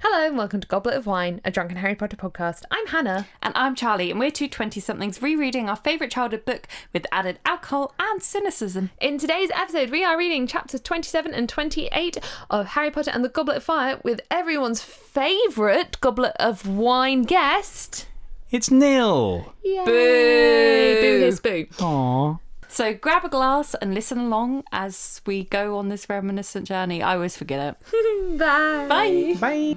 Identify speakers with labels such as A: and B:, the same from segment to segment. A: Hello and welcome to Goblet of Wine, a drunken Harry Potter podcast. I'm Hannah.
B: And I'm Charlie, and we're two 20 somethings rereading our favourite childhood book with added alcohol and cynicism.
A: In today's episode, we are reading chapters 27 and 28 of Harry Potter and the Goblet of Fire with everyone's favourite Goblet of Wine guest.
C: It's Neil.
A: Yay. Boo! Boo his boo.
C: Aw.
B: So grab a glass and listen along as we go on this reminiscent journey. I always forget it.
A: Bye.
B: Bye.
C: Bye.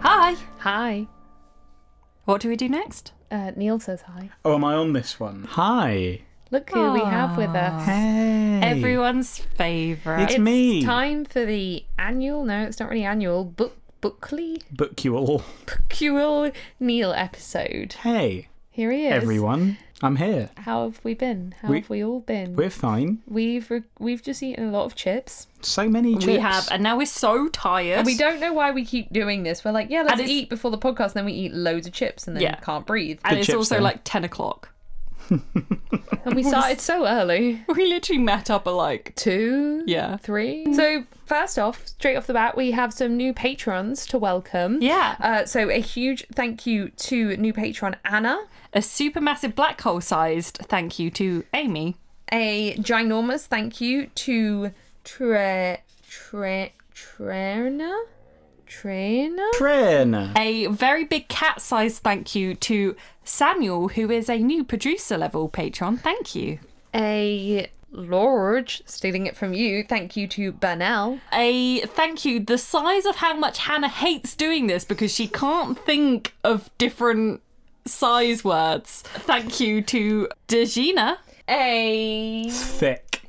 B: Hi.
A: Hi.
B: What do we do next?
A: Uh, Neil says hi.
D: Oh, am I on this one?
C: Hi.
A: Look who we have with us.
C: Hey.
B: Everyone's favourite.
C: It's me.
A: Time for the annual, no, it's not really annual, book bookly
D: Book you all.
A: Cruel Neil episode.
C: Hey,
A: Here he is.
C: everyone. I'm here.
A: How have we been? How
C: We-
A: have we all been?
C: We're fine.
A: We've re- we've just eaten a lot of chips.
C: So many chips.
B: we have, and now we're so tired.
A: And we don't know why we keep doing this. We're like, yeah, let's
B: it's-
A: eat before the podcast, and then we eat loads of chips, and then
B: Yeah.
A: can't breathe.
B: And
C: The
B: it's
C: chips
B: also
C: thing.
B: like 10 o'clock.
A: And we started so early.
B: We literally met up at like.
A: Two,
B: Yeah.
A: three. So first off, straight off the bat, we have some new patrons to welcome.
B: Yeah.
A: Uh, so a huge thank you to new patron Anna.
B: A supermassive black hole sized thank you to Amy.
A: A ginormous thank you to Tre Tre Trena Trena.
C: Train.
B: A very big cat sized thank you to Samuel, who is a new producer level patron. Thank you.
A: A large stealing it from you. Thank you to Bernal.
B: A thank you, the size of how much Hannah hates doing this because she can't think of different size words. Thank you to Dejina.
A: A
C: Thick.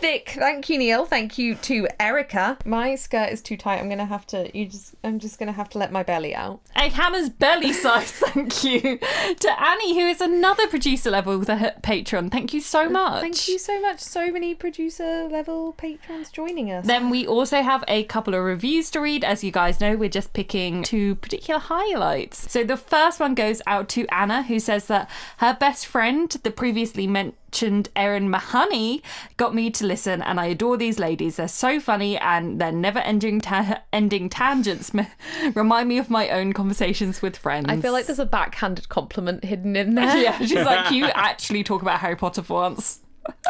A: thick thank you, Neil. Thank you to Erica. My skirt is too tight. I'm gonna have to. You just. I'm just gonna have to let my belly out.
B: A Hannah's belly size thank you to Annie, who is another producer level with a patron. Thank you so much.
A: Thank you so much. So many producer level patrons joining us.
B: Then we also have a couple of reviews to read. As you guys know, we're just picking two particular highlights. So the first one goes out to Anna, who says that her best friend, the previously mentioned Erin Mahoney, got me to listen, and I adore these ladies. They're so funny, and their never-ending ta- ending tangents m- remind me of my own conversations with friends.
A: I feel like there's a backhanded compliment hidden in there.
B: yeah, she's like, you actually talk about Harry Potter for once.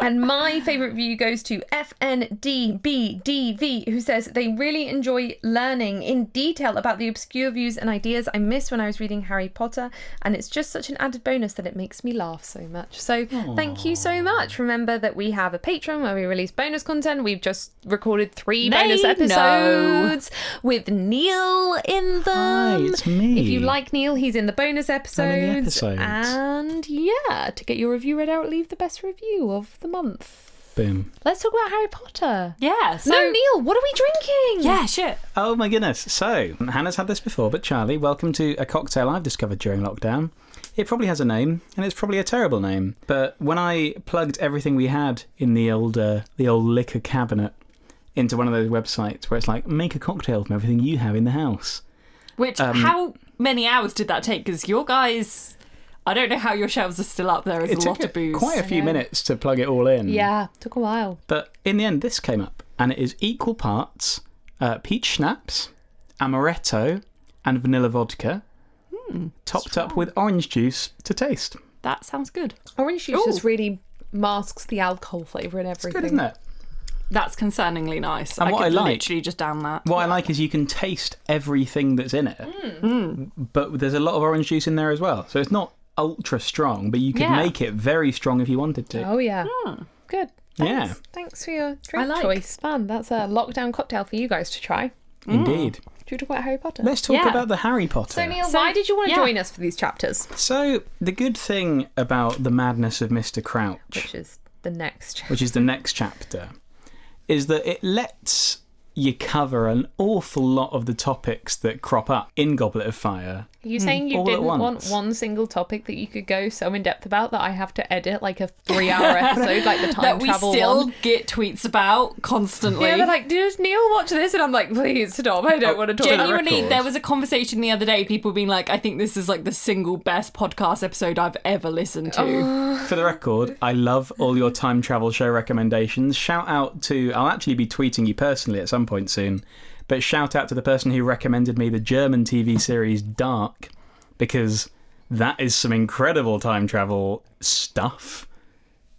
A: And my favourite review goes to FNDBDV, who says they really enjoy learning in detail about the obscure views and ideas I missed when I was reading Harry Potter. And it's just such an added bonus that it makes me laugh so much. So thank you so much. Remember that we have a Patreon where we release bonus content. We've just recorded three
B: They
A: bonus
B: know.
A: episodes with Neil in them.
C: Hi, it's me.
A: If you like Neil, he's in the bonus episodes.
C: episodes.
A: And yeah, to get your review read out, leave the best review of the month.
C: Boom.
A: Let's talk about Harry Potter.
B: Yeah. So
A: no, Neil, what are we drinking?
B: yeah, shit.
C: Oh my goodness. So, Hannah's had this before, but Charlie, welcome to a cocktail I've discovered during lockdown. It probably has a name, and it's probably a terrible name. But when I plugged everything we had in the old uh, the old liquor cabinet into one of those websites where it's like make a cocktail from everything you have in the house,
B: Which
C: Um,
B: how many hours did that take? Because your guys, I don't know how your shelves are still up. There is
C: it
B: a lot
C: took
B: of booze.
C: quite a few minutes to plug it all in.
A: Yeah, took a while.
C: But in the end, this came up, and it is equal parts uh, peach schnapps, amaretto, and vanilla vodka,
B: Hmm,
C: topped up with orange juice to taste.
B: that sounds good.
A: Orange juice
B: Ooh.
A: just really masks the alcohol flavour and everything.
C: Good, isn't it?
B: That's concerningly nice.
C: And
B: I
C: what
B: could
C: I like-
B: literally just down that.
C: What I like is you can taste everything that's in it,
A: Mm.
C: but there's a lot of orange juice in there as well. So it's not ultra strong, but you could
B: Yeah.
C: make it very strong if you wanted to.
A: Oh, yeah. Good.
C: Hmm. Yeah.
A: Thanks. Thanks for your drink
B: I like.
A: choice. Fun. That's a lockdown cocktail for you guys to try.
C: Indeed.
A: Do you talk about Harry Potter?
C: Let's talk
B: Yeah.
C: about the Harry Potter.
A: Mm. so, Neil,
B: So-
A: why did you want to
B: yeah.
A: join us for these chapters?
C: So the good thing about the madness of Mr. Crouch.
A: Which is the next chapter.
C: which is the next chapter, is that it lets you cover an awful lot of the topics that crop up in Goblet of Fire
A: Are you saying you
C: all at
A: didn't want
C: once.
A: one single topic that you could go so in depth about that I have to edit like a three hour episode, like the time
B: that we
A: travel
B: still
A: one?
B: get tweets about constantly.
A: Yeah, they're like, Oh, does Neil watch this? And I'm like, please stop. I don't want to talk about it.
C: Genuine-
B: Genuinely,
C: record.
B: there was a conversation the other day. People being like, "I think this is like the single best podcast episode I've ever listened to."
C: For the record, I love all your time travel show recommendations. Shout out to, I'll actually be tweeting you personally at some point soon, but shout out to the person who recommended me the German TV series Dark, because that is some incredible time travel stuff.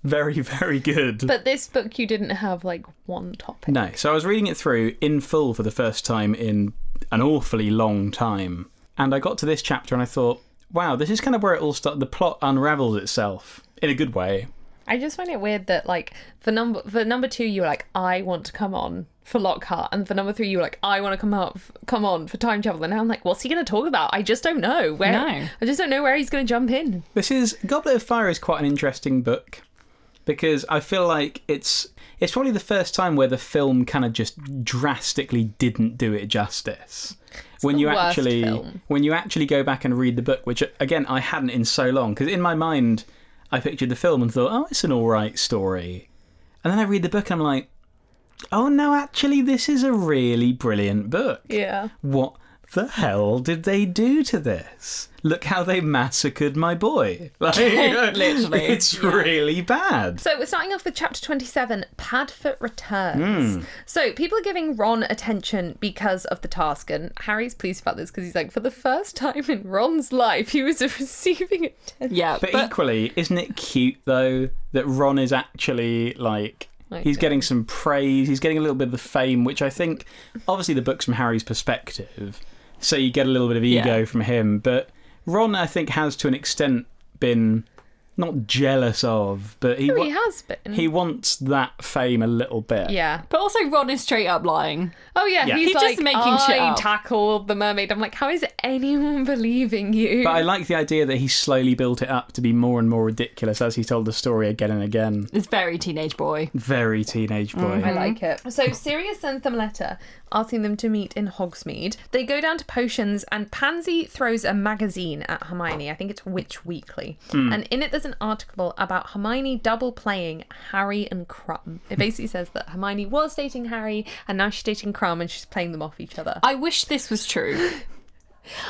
C: Very, very good.
A: But this book, you didn't have like one topic.
C: No, so I was reading it through in full for the first time in an awfully long time. And I got to this chapter and I thought, wow, this is kind of where it all starts. The plot unravels itself in a good way.
A: I just find it weird that like for number for number two, you were like, I want to come on for Lockhart, and for number three, you were like, I want to come out, come on for time travel. And now I'm like, what's he going to talk about? I just don't know where.
B: No.
A: I just don't know where he's going to jump in.
C: This is Goblet of Fire is quite an interesting book because I feel like it's it's probably the first time where the film kind of just drastically didn't do it justice. when
A: the
C: you
A: worst
C: actually
A: film.
C: when you actually go back and read the book, which again I hadn't in so long because in my mind I pictured the film and thought, oh, it's an all right story, and then I read the book and I'm like, oh no, actually this is a really brilliant book
A: Yeah.
C: what the hell did they do to this? Look how they massacred my boy. Like,
B: Literally,
C: It's really bad.
A: So we're starting off with chapter 27, Padfoot Returns.
C: Hmm.
A: So people are giving Ron attention because of the task, and Harry's pleased about this because he's like, for the first time in Ron's life, he was receiving attention.
B: yeah,
C: But, e-
B: but,
C: equally, isn't it cute though that Ron is actually like
A: Like
C: he's
A: that.
C: getting some praise, he's getting a little bit of the fame, which I think obviously the book's from Harry's perspective, so you get a little bit of ego
B: Yeah.
C: from him. But Ron, I think, has to an extent been not jealous of, but he
A: No,
C: wa-
A: he has been.
C: he wants that fame a little bit.
A: yeah.
B: but also Ron is straight up lying.
A: Oh yeah,
C: Yeah.
A: he's
C: He's
B: just
A: like,
B: making
A: I
B: shit up."
A: tackled the mermaid. I'm like, how is anyone believing you?
C: But I like the idea that he slowly built it up to be more and more ridiculous as he told the story again and again.
B: It's very teenage boy.
C: Very teenage boy.
A: I like it. So Sirius sends them a letter asking them to meet in Hogsmeade. They go down to potions, and Pansy throws a magazine at Hermione. I think it's Witch Weekly, and in it there's an article about Hermione double playing Harry and Crumb. It basically says that Hermione was dating Harry, and now she's dating Crumb, and she's playing them off each other.
B: I wish this was true.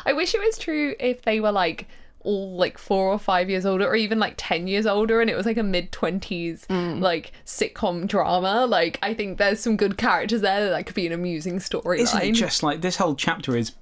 A: I wish it was true if they were like all like four or five years older, or even like ten years older, and it was like a mid twenties like sitcom drama. Like I think there's some good characters there that could be an amusing
C: Isn't it
A: storyline.
C: just like this whole chapter is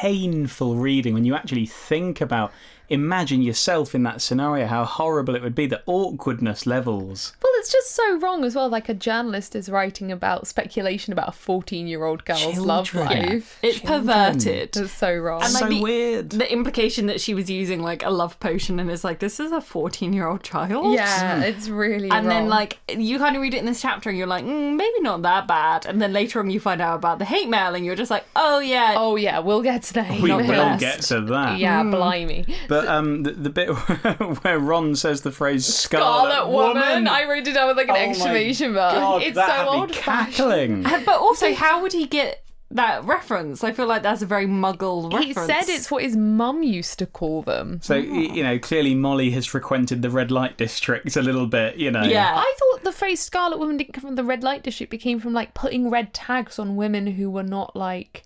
C: painful reading when you actually think about imagine yourself in that scenario how horrible it would be the awkwardness levels
A: well, it's just so wrong as well. Like a journalist is writing about speculation about a fourteen-year-old girl's love
C: Children.
A: life.
B: It's perverted.
A: It's so wrong.
B: And, like,
C: so
B: the-
C: weird
B: The implication that she was using like a love potion and is like, this is a 14 year old child.
A: yeah, it's really
B: And then,
A: wrong.
B: like, you kind of read it in this chapter and you're like, mm, maybe not that bad. And then later on, you find out about the hate mail and you're just like, oh, yeah.
A: oh yeah, we'll get to that.
C: we
B: not
C: will
B: the best.
C: get to that
A: yeah, blimey.
C: but um the, the bit where ron says the phrase scarlet,
A: Scarlet Woman.
C: woman
A: I wrote it down with like an
C: Oh my
A: exclamation mark.
C: God,
A: it's
C: that
A: so
C: had me
A: old-fashioned.
C: cackling
B: But also, how would he get that reference? I feel like that's a very muggle
A: He
B: reference.
A: said it's what his mum used to call them.
C: So y
B: Ah.
C: you know, clearly Molly has frequented the red light district a little bit. You know,
B: Yeah.
A: I thought the phrase Scarlet Woman didn't come from the red light district, it came from like putting red tags on women who were not like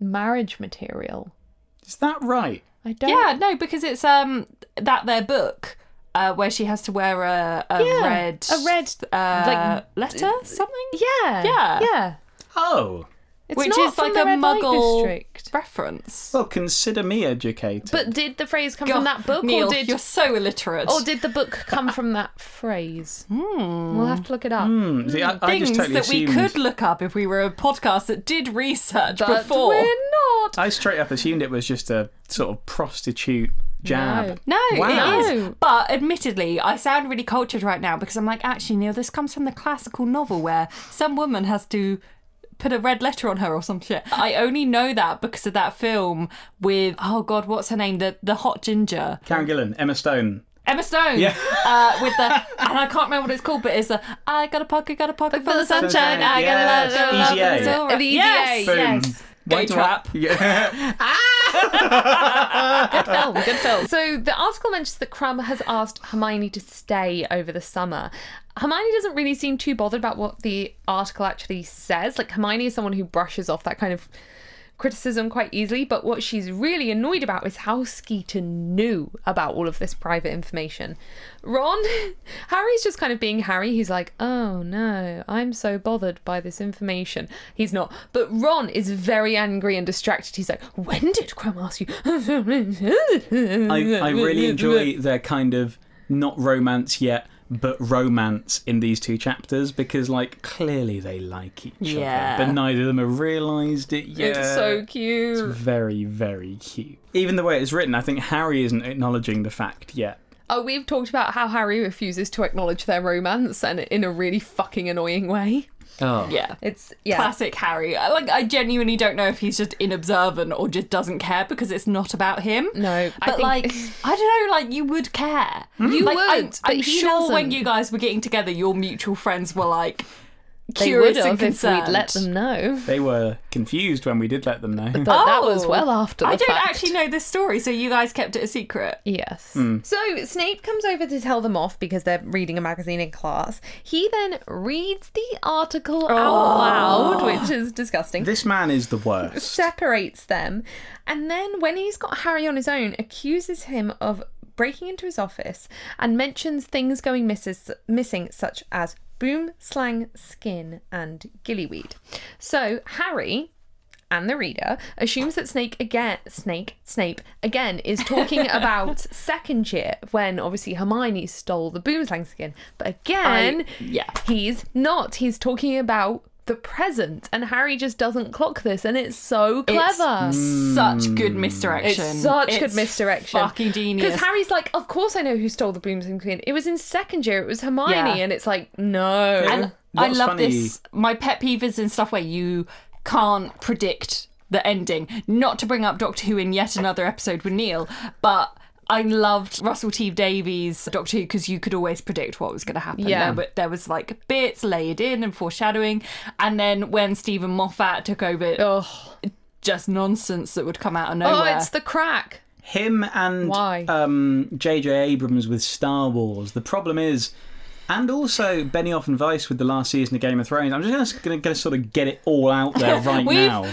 A: marriage material.
C: is that right?
A: I don't
B: Yeah, no, because it's um that their book uh, where she has to wear a, a
A: Yeah,
B: red
A: a red,
B: uh,
A: like,
B: letter something.
A: Yeah.
B: Yeah.
A: Yeah.
C: Oh,
A: It's
B: Which
A: not
B: is
A: from
B: like
A: the
B: a
A: red light
B: muggle
A: district.
B: reference.
C: well, consider me educated.
A: But did the phrase come
B: God,
A: from that book
B: Neil,
A: or did
B: you're so illiterate.
A: or did the book come from that phrase? We'll have to look it up.
C: Hmm, see, I, I
B: things
C: just totally
B: that we
C: assumed-
B: could look up if we were a podcast that did research
A: But
B: before.
A: we're not.
C: I straight up assumed it was just a sort of prostitute jab.
A: No.
B: No,
C: Wow.
B: it is.
A: No.
B: But admittedly, I sound really cultured right now because I'm like, actually, Neil, this comes from the classical novel where some woman has to put a red letter on her or some shit. I only know that because of that film with oh god, what's her name? The the hot ginger.
C: Karen Gillan, Emma Stone.
B: Emma Stone. Yeah. Uh, with the and I can't remember what it's called, but it's the I got a pocket, got a pocket for the sunshine,
C: sunshine,
B: I got a
C: yes.
B: love, got a love,
C: EZA.
B: it's all right.
A: The EZA.
B: Yes.
A: Yes.
C: Boom. Why
B: Gay
C: do I-
B: trap.
C: Yeah.
B: Good film. Good film.
A: So the article mentions that Crumb has asked Hermione to stay over the summer. Hermione doesn't really seem too bothered about what the article actually says. Like Hermione is someone who brushes off that kind of criticism quite easily, but what she's really annoyed about is how Skeeter knew about all of this private information. Ron, Harry's just kind of being Harry. He's like, oh no, I'm so bothered by this information. He's not. But Ron is very angry and distracted. He's like, when did Crumb ask you?
C: I, I really enjoy their kind of not romance yet, but romance in these two chapters because, like, clearly they like each
B: Yeah.
C: other, but neither of them have realised it yet.
A: It's so cute.
C: It's very, very cute. Even the way it's written, I think Harry isn't acknowledging the fact yet.
A: Oh, we've talked about how Harry refuses to acknowledge their romance and in a really fucking annoying way.
C: Oh,
B: Yeah.
A: It's yeah.
B: Classic Harry. I- Like I genuinely don't know if he's just inobservant or just doesn't care because it's not about him.
A: No, I
B: but
A: think- Hmm?
B: like I don't know. Like you would care. You
A: would,
B: I'm,
A: but
B: I'm
A: he
B: sure when
A: doesn't.
B: you guys were getting together, your mutual friends were like
A: They would
B: curious and
A: have if
B: concerned.
A: we'd let them know.
C: They were confused when we did let them know.
A: But that was
B: Oh.
A: well after the
B: I don't
A: fact.
B: actually know this story, so you guys kept it a secret.
A: Yes. So Snape comes over to tell them off because they're reading a magazine in class. He then reads the article out loud, which is disgusting.
C: this man is the worst.
A: separates them and then when he's got harry on his own accuses him of breaking into his office and mentions things going misses, missing such as boom slang skin and gillyweed so harry and the reader assumes that Snake again, Snake, Snape again is talking about second year when obviously Hermione stole the boomslang skin, but again,
B: yeah.
A: he's not. He's talking about the present, and Harry just doesn't clock this, and it's so clever.
B: Such good misdirection.
A: It's such good
B: It's
A: misdirection.
B: Fucking
A: Because
B: genius.
A: Harry's like, of course I know who stole the boomslang skin. It was in second year. It was Hermione,
B: Yeah.
A: and it's like, no.
B: And
C: What's
B: I love
C: funny-
B: this. My pet peeve is in stuff where you can't predict the ending. Not to bring up Doctor Who in yet another episode with Neil, but I loved Russell T Davies Doctor Who because you could always predict what was going to happen.
A: Yeah.
B: There, were- there was like bits layered in and foreshadowing. And then when Stephen Moffat took over,
A: Ugh.
B: just nonsense that would come out of
A: oh,
B: nowhere.
A: it's the crack.
C: Him and
A: Why?
C: um J.J. Abrams with Star Wars. The problem is, and also Benioff and Weiss with the last season of Game of Thrones. I'm just going to sort of get it all out there right
B: We've-
C: now.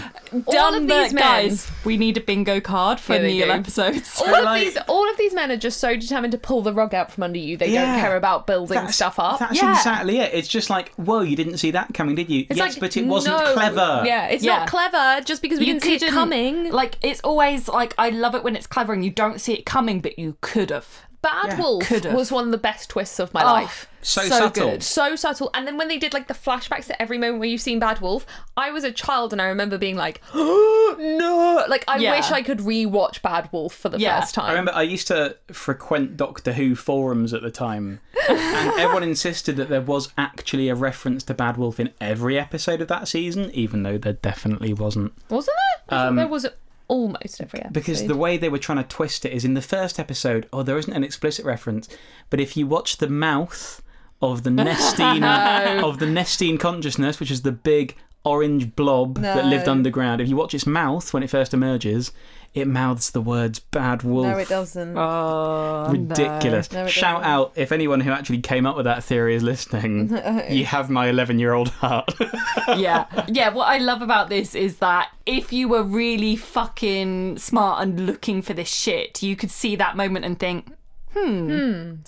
B: Done
A: of
B: that,
A: these men-
B: guys. We need a bingo card for
A: Yeah, they
B: Neil
A: do.
B: episodes.
A: All of
C: like-
A: these, all of these men are just so determined to pull the rug out from under you. They don't
C: Yeah.
A: care about building
C: That's-
A: stuff up.
C: That's
B: Yeah.
C: exactly it. It's just like, whoa, you didn't see that coming, did you?
A: It's
C: yes,
A: like,
C: but it wasn't
A: no,
C: clever.
A: Yeah, it's
B: Yeah.
A: not clever just because we didn't see it
B: couldn't-
A: coming.
B: Like it's always like I love it when it's clever and you don't see it coming, but you could have.
A: Bad
C: Yeah.
A: Wolf
B: Could've.
A: was one of the best twists of my
B: Oh,
A: life.
C: so subtle.
B: good.
A: So subtle. And then when they did like the flashbacks at every moment where you've seen Bad Wolf, I was a child and I remember being like, no. Like, I
B: Yeah.
A: wish I could re watch Bad Wolf for the
B: Yeah.
A: first
C: I
A: time.
C: remember I used to frequent Doctor Who forums at the time, and everyone insisted that there was actually a reference to Bad Wolf in every episode of that season, even though there definitely wasn't.
A: Wasn't there? I thought there was almost every episode.
C: um, Because the way they were trying to twist it is in the first episode, oh, there isn't an explicit reference, but if you watch the mouth of the Nestine of the Nestine consciousness, which is the big orange blob that lived
A: No.
C: underground, if you watch its mouth when it first emerges, it mouths the words "bad wolf."
A: doesn't.
B: Oh,
C: Ridiculous!
A: No, it
C: Shout
A: doesn't.
C: out if anyone who actually came up with that theory is listening. you have my eleven-year-old heart.
B: yeah, yeah. What I love about this is that if you were really fucking smart and looking for this shit, you could see that moment and think, hmm,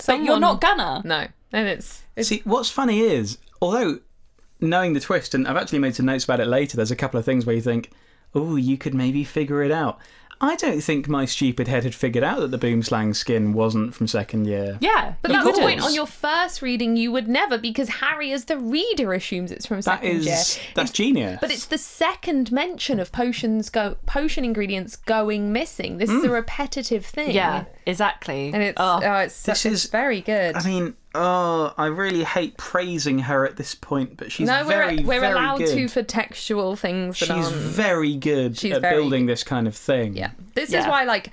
B: but you're not gonna.
A: No. And it's. it's
C: See, what's funny is, although knowing the twist, and I've actually made some notes about it later, there's a couple of things where you think, oh, you could maybe figure it out. I don't think my stupid head had figured out that the boomslang skin wasn't from second year.
B: Yeah,
A: but
B: you
A: that's the
B: wouldn't.
A: point. On your first reading, you would never, because Harry, as the reader, assumes it's from
C: That
A: second
C: is
A: year.
C: that's genius.
A: But it's the second mention of potions go potion ingredients going missing. This
C: Hmm.
A: is a repetitive thing.
B: yeah, exactly.
A: and it's
B: Oh.
A: oh, it's,
C: This
A: such, it's
C: is-
A: very good.
C: I mean, oh, I really hate praising her at this point, but she's
A: no, we're
C: very,
A: we're
C: very
A: allowed
C: good.
A: to for textual things that
C: she's
A: aren't.
C: very good
A: She's
C: at
A: very
C: building this kind of thing.
A: yeah, this is
B: Yeah.
A: why like.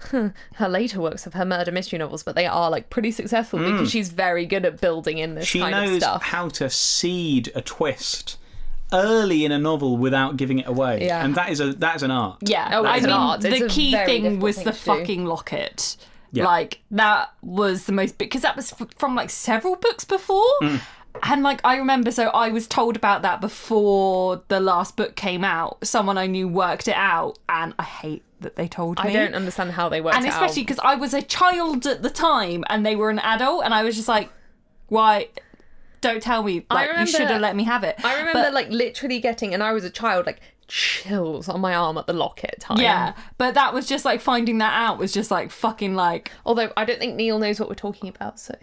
A: Her later works of her murder mystery novels, but they are like pretty successful because she's very good at building in this
C: Hmm. She
A: kind
C: knows
A: of stuff.
C: how to seed a twist early in a novel without giving it away.
A: Yeah.
C: And that is a that is an art.
B: Yeah,
A: Oh,
B: I
A: it's
B: mean,
A: an art. It's
B: the
A: a
B: key
A: very
B: thing
A: difficult
B: was
A: thing
B: the
A: to do.
B: fucking locket.
C: Yeah.
B: Like that was the most because that was f- from like several books before. And like I remember, so I was told about that before the last book came out. Someone I knew worked it out, and I hate that they told me.
A: I don't understand how they worked
B: and
A: it out.
B: especially because I was a child at the time, and they were an adult, and I was just like, "Why? Don't tell me! Like you
A: remember-
B: should have let me have it."
A: I remember
B: But-
A: like literally getting, and I was a child, like chills on my arm at the locket time.
B: yeah, but that was just like finding that out was just like fucking like
A: Although I don't think Neil knows what we're talking about, so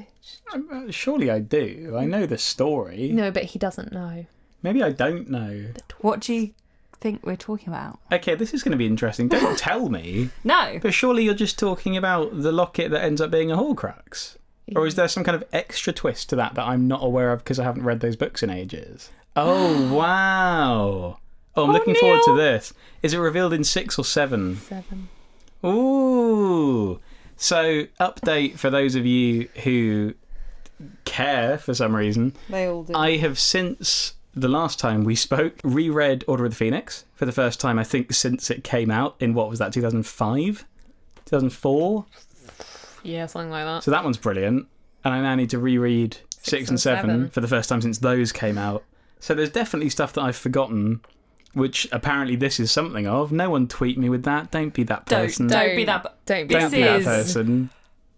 C: Uh, Surely I do. I know the story.
A: no, but he doesn't know.
C: Maybe I don't know.
B: What do you think we're talking about?
C: Okay, this is going to be interesting. Don't tell me.
B: No.
C: But surely you're just talking about the locket that ends up being a Horcrux. Or is there some kind of extra twist to that that I'm not aware of because I haven't read those books in ages? Oh, wow. Oh, I'm looking forward to
B: Neil.
C: this. Is it revealed in six or seven?
A: Seven.
C: Ooh. So, update for those of you who care for some reason.
A: They all do.
C: I have since the last time we spoke reread Order of the Phoenix for the first time I think since it came out in what was that 2005 2004
A: yeah, something like that.
C: so that one's brilliant and I now need to reread 6, and,
A: and
C: 7,
A: seven.
C: for the first time since those came out so there's definitely stuff that I've forgotten which apparently this is something of no one tweet me with that don't be that
B: Don't-
C: person
B: don't be that-
A: Don't be
C: Don't
B: this
C: be that
B: is-
C: person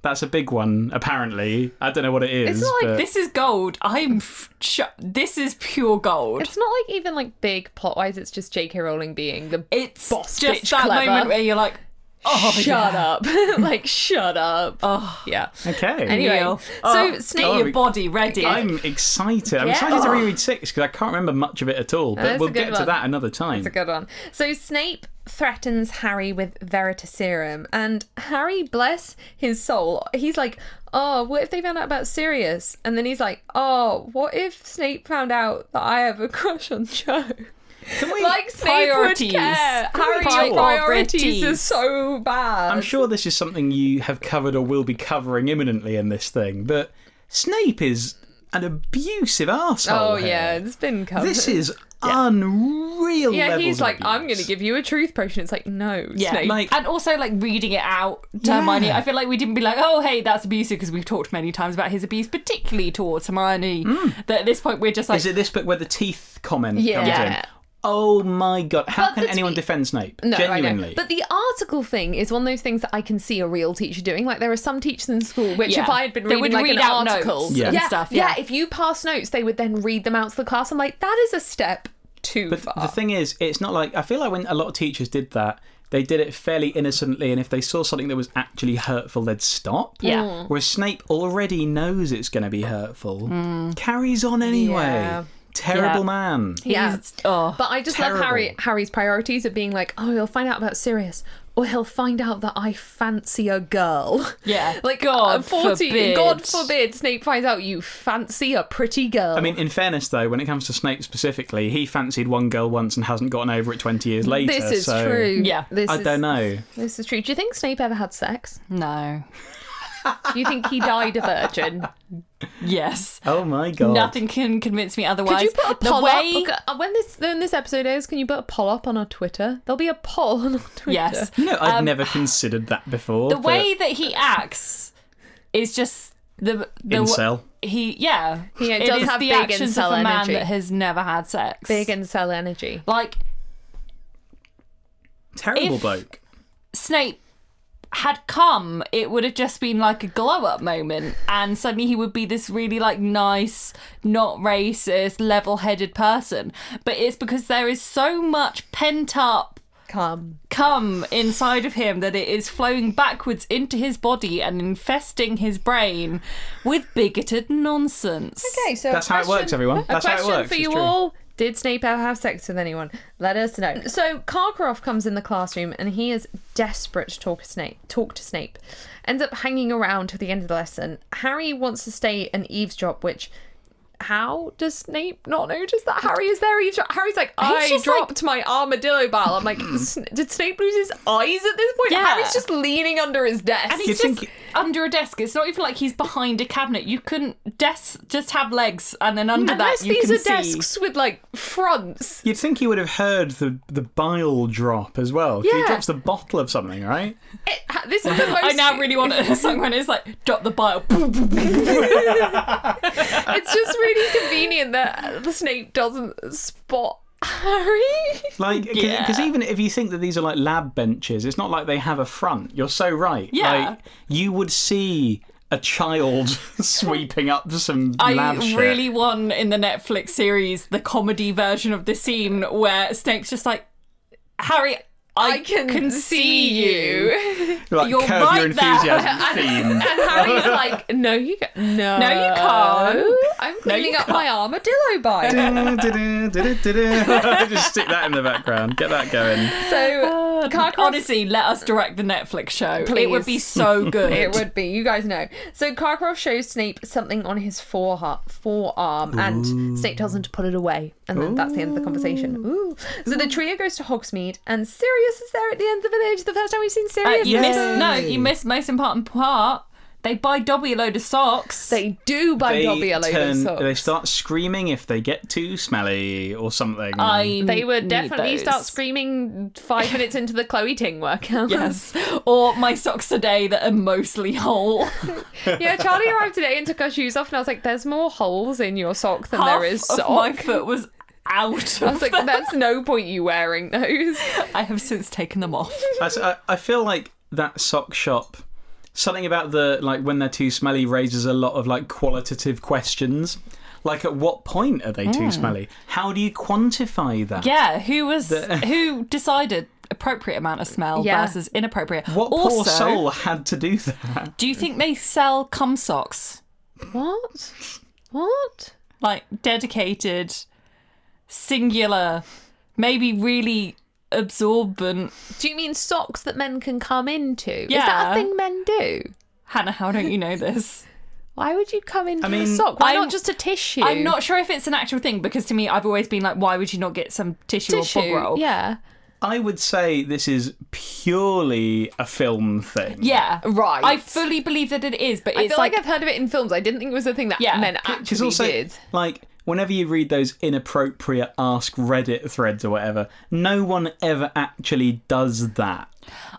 C: that's a big one apparently I don't know what it is
A: It's not like
C: but-
B: This is gold. I'm. F- sh- this is pure gold. It's,
A: It's not like even like big plot wise. It's just J.K. Rowling being the boss
B: just
A: bitch
B: that
A: clever.
B: moment where you're like, oh,
A: shut
B: yeah.
A: up, like shut up.
B: Oh.
A: Yeah.
C: okay
A: Anyway,
B: Neil.
A: so
B: Oh,
A: Snape.
B: get your
C: we-
B: body ready.
C: I'm excited. I'm
A: Yeah.
C: excited to reread six because I can't remember much of it at all. But
A: that's a
C: we'll
A: good
C: get to
A: one.
C: that another time.
A: That's a good one. So Snape threatens Harry with Veritaserum, and Harry, bless his soul, he's like, "Oh, what if they found out about Sirius?" And then he's like, "Oh, what if Snape found out that I have a crush on Cho?"
C: Can we-
A: Like Snape
B: Priorities.
A: would care.
B: Can we
A: Harry,
B: talk-
A: your priorities are
B: Priorities.
A: so bad.
C: I'm sure this is something you have covered or will be covering imminently in this thing. But Snape is an abusive asshole.
A: Oh yeah, it's been covered.
C: This is unreal.
A: yeah,
C: levels
A: he's
C: of
A: like, I'm
C: abuse.
A: going to give you a truth potion. It's like, no,
B: yeah.
A: Snape.
C: Like-
B: and also, like, reading it out to Hermione, I feel like we didn't be like, oh, hey, that's abusive, because we've talked many times about his abuse, particularly towards Hermione. That at this point, we're just like,
C: Mm. Is it this book where the teeth comment
A: Yeah.
C: comes
A: Yeah.
C: in? Oh my god! How
A: But
C: can
A: the
C: anyone
A: tweet-
C: defend Snape?
A: No,
C: Genuinely.
A: I know. But the article thing is one of those things that I can see a real teacher doing. Like there are some teachers in school which,
B: Yeah.
A: if I had been
B: They
A: reading
B: would
A: like
B: read
A: an
B: out
A: article
B: notes
C: Yeah.
B: and stuff, yeah.
A: if you pass notes, they would then read them out to the class. I'm like, that is a step too
C: But
A: far.
C: the thing is, it's not like I feel like when a lot of teachers did that, they did it fairly innocently, and if they saw something that was actually hurtful, they'd stop.
B: Yeah.
C: Whereas Snape already knows it's going to be hurtful, carries on anyway.
A: Yeah.
C: Terrible
B: Yeah.
C: man.
A: yeah.
B: He's- oh.
A: But I just love
C: terrible.
A: Harry Harry's priorities of being like, oh, he'll find out about Sirius, or he'll find out that I fancy a girl.
B: Yeah.
A: like
B: God
A: uh, 40
B: forbid.
A: God forbid Snape finds out you fancy a pretty girl.
C: I mean, in fairness though, when it comes to Snape specifically, he fancied one girl once and hasn't gotten over it twenty years later.
A: this is
C: so
A: true.
B: Yeah.
A: this
C: I
A: is,
C: don't know.
A: This is true. Do you think Snape ever had sex?
B: no.
A: Do you think he died a virgin?
B: Yes.
C: Oh my god.
B: Nothing can convince me otherwise.
A: Could you put a
B: the
A: poll
B: way
A: up? Okay, uh, When this when this episode airs, can you put a poll up on our Twitter? There'll be a poll on our Twitter.
B: Yes.
C: No, I've never considered that before.
B: Um, The
C: but
B: way that he acts is just the the
C: incel.
B: he yeah.
A: Yeah, it
B: It
A: does
B: is
A: have
B: the
A: big
B: actions
A: incel
B: of a man
A: energy.
B: that has never had sex.
A: Big and cell energy.
B: like
C: Terrible
B: if-
C: bloke.
B: Snape had come, it would have just been like a glow up moment, and suddenly he would be this really like nice, not racist, level headed person. But it's because there is so much pent up
A: Come.
B: come inside of him that it is flowing backwards into his body and infesting his brain with bigoted nonsense.
A: Okay, so
C: That's how it works, everyone. That's
A: a
C: how it
A: question
C: works,
A: for
C: it's
A: you
C: true.
A: all. Did Snape ever have sex with anyone? Let us know. So Karkaroff comes in the classroom and he is desperate to talk to Snape. Talk to Snape. Ends up hanging around till the end of the lesson. Harry wants to stay and eavesdrop, which how does Snape not notice that Harry is there? Eavesdrop. Harry's like, I
B: just
A: dropped my armadillo ball. I'm like, "Sn- did Snape lose his eyes at this point?
B: Yeah.
A: Harry's just leaning under his desk.
B: And he's
C: You
B: just
C: think
B: under a desk. It's not even like he's behind a cabinet. You can desks just have legs, and then under
A: Unless
B: that you
A: these
B: can
A: are
B: see.
A: desks with like fronts.
C: You'd think he would have heard the, the bile drop as well. 'cause He
A: Yeah.
C: drops the bottle of something, right?
A: It, ha- this is the most.
B: I now really want a song when it's like drop the bile.
A: It's just really convenient that the Snape doesn't spot Harry.
C: Like, because
B: Yeah.
C: even if you think that these are like lab benches, it's not like they have a front. You're so right.
B: Yeah.
C: Like, you would see a child sweeping up some
B: I
C: lab shit.
B: really want in the Netflix series the comedy version of the scene where Snape's just like Harry. I,
A: I can,
B: see you.
C: like,
B: you're
C: curb your
B: right there.
C: enthusiasm
A: And
C: theme.
A: Harry's like, no, you ca- no,
B: No, you can't.
A: I'm cleaning up
B: can't."
A: my armadillo bite.
C: Just stick that in the background. Get that going.
A: so Karkaroff
B: Uh, Honestly, let us direct the Netflix show. It would be
A: Please.
B: so good.
A: It would be. You guys know. So Karkaroff shows Snape something on his forearm, forearm and Snape tells him to put it away. And then that's the end of the conversation. Ooh. So the trio goes to Hogsmeade, and Sirius is there at the end of the village. The first time we've seen
B: Uh,
A: Sirius.
B: you
A: It's
B: missed no, you missed most important part. They buy Dobby a load of socks.
A: They do buy
C: They
A: Dobby a load
C: turn-
A: of socks.
C: They start screaming if they get too smelly or something.
B: I
A: They would
B: need
A: definitely
B: those.
A: start screaming five minutes into the Chloe Ting workout.
B: Yes, or my socks today that are mostly whole.
A: yeah, Charlie arrived today and took her shoes off, and I was like, "There's more holes in your sock than
B: Half
A: there is
B: of
A: sock."
B: my foot was out.
A: I was like, "There's no point you wearing those."
B: I have since taken them off.
C: I, s- I- I feel like that sock shop. Something about the like when they're too smelly raises a lot of like qualitative questions. Like, at what point are they too smelly? How do you quantify that?
B: Hmm. Yeah, who was who decided appropriate amount of smell
A: Yeah.
B: versus inappropriate?
C: What
B: also,
C: poor soul had to do that?
B: do you think they sell cum socks
A: What? What?
B: like dedicated, singular, maybe really absorbent?
A: Do you mean socks that men can come into? Is that a
B: Yeah.
A: thing men do?
B: Hannah, how don't you know this?
A: Why would you come into a
C: mean,
A: sock? Why
B: I'm-
A: not just a tissue?
B: I'm not sure if it's an actual thing because to me, I've always been like, why would you not get some tissue,
A: tissue.
B: or bog roll?
A: Yeah.
C: I would say this is purely a film thing.
B: Yeah.
A: Right.
B: I fully believe that it is, but
A: I
B: it's
A: feel like,
B: like,
A: I've heard of it in films. I didn't think it was a thing that
B: Yeah.
A: men
C: Because
A: actually
C: also,
A: did.
C: like, whenever you read those inappropriate Ask Reddit threads or whatever, no one ever actually does that.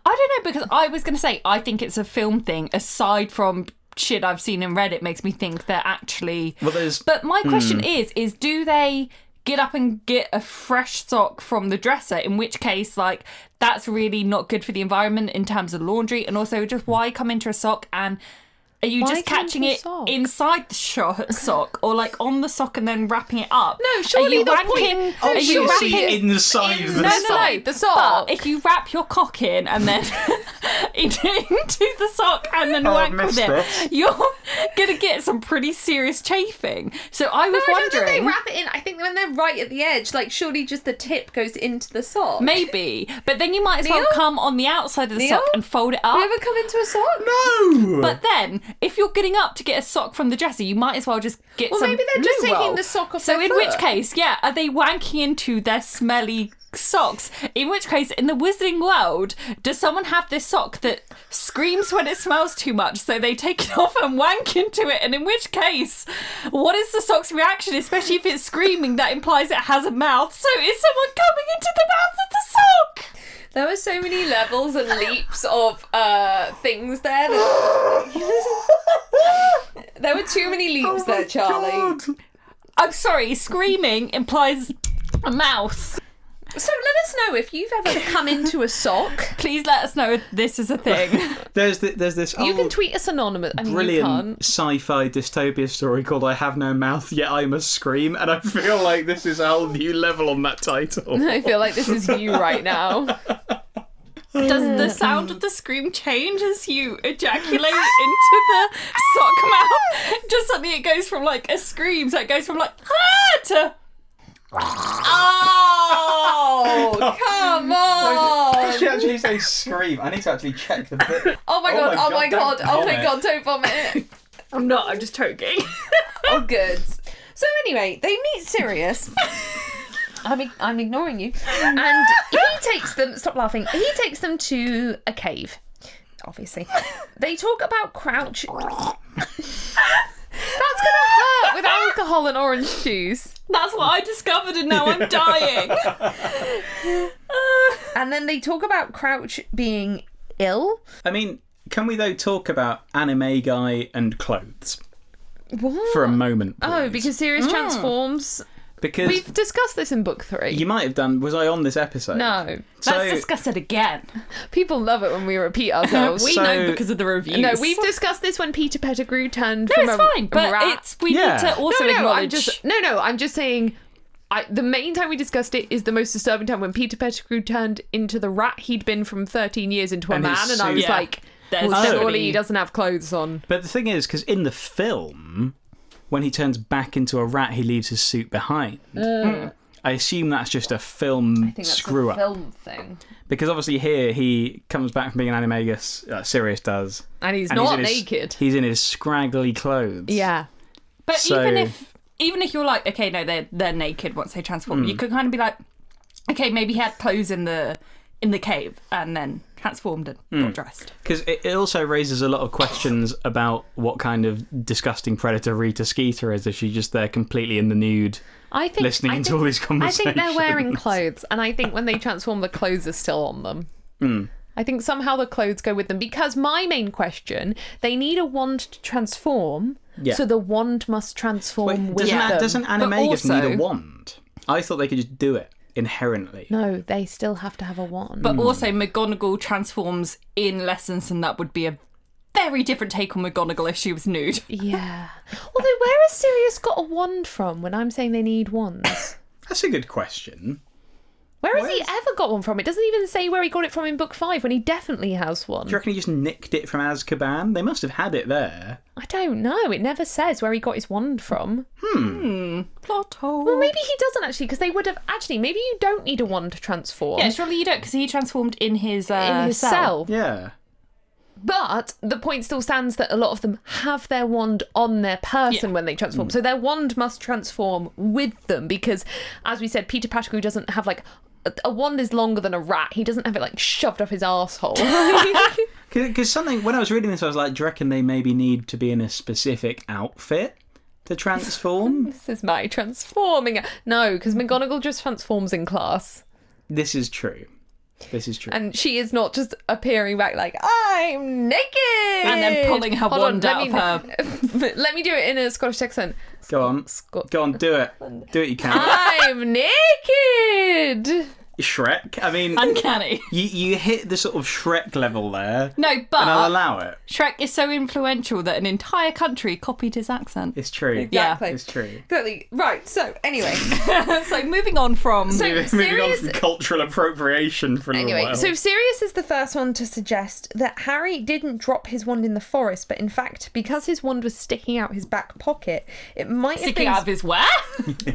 B: I don't know because I was going to say I think it's a film thing. Aside from shit I've seen and read, it makes me think they're actually.
C: Well, there's-
B: But my question is: is do they get up and get a fresh sock from the dresser? In which case, like that's really not good for the environment in terms of laundry, and also just why come into a sock and. Are you
A: Why
B: just
A: come
B: catching
A: into a
B: it
A: sock?
B: inside the sho- sock or like on the sock and then wrapping it up?
A: No, surely
B: are you
A: the
B: wanking,
A: point- Oh,
B: Are
A: surely-
B: you
A: Wrapping
C: See
A: it
C: inside
A: in
C: the
A: the
C: sock.
A: sock. no, the sock.
B: but if you wrap your cock in and then into into the sock and then
C: Oh, I
B: wank with
C: missed
B: it,
C: this.
B: you're gonna get some pretty serious chafing. So I was
A: No, I don't think
B: wondering.
A: they wrap it in. I think when they're right at the edge, like surely just the tip goes into the sock.
B: Maybe, but then you might as well
A: Neil?
B: come on the outside of the
A: Neil?
B: sock and fold it up.
A: You ever come into a sock? No.
B: But then, if you're getting up to get a sock from the dresser, you might as well just get
A: Well,
B: some.
A: maybe they're just
B: loo
A: taking
B: roll.
A: the sock off
B: So
A: their
B: in which
A: foot.
B: case, yeah, are they wanking into their smelly socks? In which case, in the wizarding world, does someone have this sock that screams when it smells too much, so they take it off and wank into it? And in which case, what is the sock's reaction? Especially if it's screaming, that implies it has a mouth. So is someone coming into the mouth of the sock?
A: There were so many levels and leaps of uh, things there. that- there were too many leaps there, Charlie.
B: I'm sorry, screaming implies a mouth.
A: So let us know if you've ever come into a sock.
B: Please let us know if this is a thing.
C: There's th there's this
A: You can
C: old
A: tweet us anonymous. I mean, you
C: brilliant
A: can't.
C: sci-fi dystopia story called "I Have No Mouth Yet I Must Scream," and I feel like this is a whole new level on that title.
A: I feel like this is you right now.
B: Does the sound of the scream change as you ejaculate into the sock mouth? Just suddenly it goes from like a scream, so it goes from like ah to
A: Oh, come on!
C: she actually say "scream"? I need to actually check the. Bit.
A: Oh my god! Oh my god!
C: don't
A: Oh my
C: vomit.
A: god! Don't vomit!
B: I'm not, I'm just choking.
A: Oh, good. So anyway, they meet Sirius. I'm, ig- I'm ignoring you. And he takes them, stop laughing, he takes them to a cave. obviously. they talk about crouch. That's gonna hurt with alcohol and orange juice.
B: That's what I discovered, and now I'm dying.
A: And then they talk about crouch being ill.
C: I mean, can we though talk about anime guy and clothes
A: What?
C: for a moment?
A: Oh,
C: please?
A: because Sirius transforms.
C: because
A: We've discussed this in book three.
C: you might have done. Was I on this episode?
A: No,
C: So
B: Let's discuss it again.
A: people love it when we repeat ourselves.
B: We
C: So-
B: know because of the reviews.
A: no, we've discussed this when Peter Pettigrew turned
B: No,
A: from
B: it's
A: a
B: fine, but
A: rat.
B: it's we
C: Yeah.
B: need to also
A: no, no,
B: acknowledge.
A: I'm just no, no. I'm just saying. I, the main time we discussed it is the most disturbing time when Peter Pettigrew turned into the rat he'd been from 13 years into a
C: And his
A: man, and I
C: suit-
A: was
B: Yeah.
A: like,
B: There's
A: well,
B: definitely-
A: surely he doesn't have clothes on.
C: But the thing is, because in the film, when he turns back into a rat, he leaves his suit behind. I assume that's just a film screw up.
A: film thing,
C: Because obviously here he comes back from being an animagus. Uh, Sirius does.
A: and he's
C: And
A: not
C: in his-
A: naked.
C: he's in his scraggly clothes.
A: yeah,
B: but
C: so-
B: even if even if you're like, okay, no, they're they're naked once they transform,
A: Hmm.
B: you could kind of be like, okay, maybe he had clothes in the in the cave and then transformed and
A: Hmm.
B: got dressed.
C: Because it, it also raises a lot of questions about what kind of disgusting predator Rita Skeeter is if she's just there completely in the nude.
A: I think
C: Listening
A: I
C: into
A: think-
C: all these
A: I think they're wearing
C: conversations.
A: clothes, and I think when they transform, the clothes are still on them.
C: Hmm.
A: I think somehow the clothes go with them because my main question: they need a wand to transform,
C: Yeah.
A: so the wand must transform with
C: doesn't,
A: them.
C: doesn't animagus
B: also-
C: need a wand? I thought they could just do it inherently.
A: No, they still have to have a wand.
B: But also, McGonagall transforms in lessons, and that would be a very different take on McGonagall if she was nude.
A: yeah. Although, where has Sirius got a wand from? When I'm saying they need wands,
C: That's a good question.
A: where has he ever got one from? It doesn't even say where he got it from in book five when he definitely has one.
C: Do you reckon he just nicked it from Azkaban? They must have had it there.
A: I don't know. It never says where he got his wand from.
B: Plot hole.
A: Well, maybe he doesn't actually, because they would have actually. Maybe you don't need a wand to transform
B: Yeah, surely you don't, because he transformed in his uh,
A: in his cell.
C: Yeah.
A: But the point still stands that a lot of them have their wand on their person
B: Yeah.
A: when they transform. So their wand must transform with them because, as we said, Peter Pettigrew doesn't have like. a- A wand is longer than a rat. He doesn't have it like shoved up his asshole.
C: Because something, when I was reading this, I was like, do you reckon they maybe need to be in a specific outfit to transform?
A: this is my transforming. No, because McGonagall just transforms in class,
C: this is true. This is true.
A: and she is not just appearing back like I'm naked
B: And then pulling her
A: Hold on,
B: wand out
A: let
B: of
A: me, Let me do it in a Scottish accent.
C: Go on.
A: Scot-
C: Go on, do it. Do it, you
A: Ah.
C: can.
A: I'm naked.
C: Shrek. I mean,
B: Uncanny.
C: you, you hit the sort of Shrek level there,
B: No,
C: and I'll
B: but
C: allow it.
B: Shrek is so influential that an entire country copied his accent.
C: It's true.
B: Yeah.
A: Exactly.
C: It's true.
A: Exactly. Right. So anyway,
B: so moving on from
A: So-
C: Moving on
A: serious-
C: from cultural appropriation for a little
A: anyway,
C: while.
A: so Sirius is the first one to suggest that Harry didn't drop his wand in the forest, but in fact, because his wand was sticking out his back pocket, it might have
B: sticking
A: been
B: out of his where?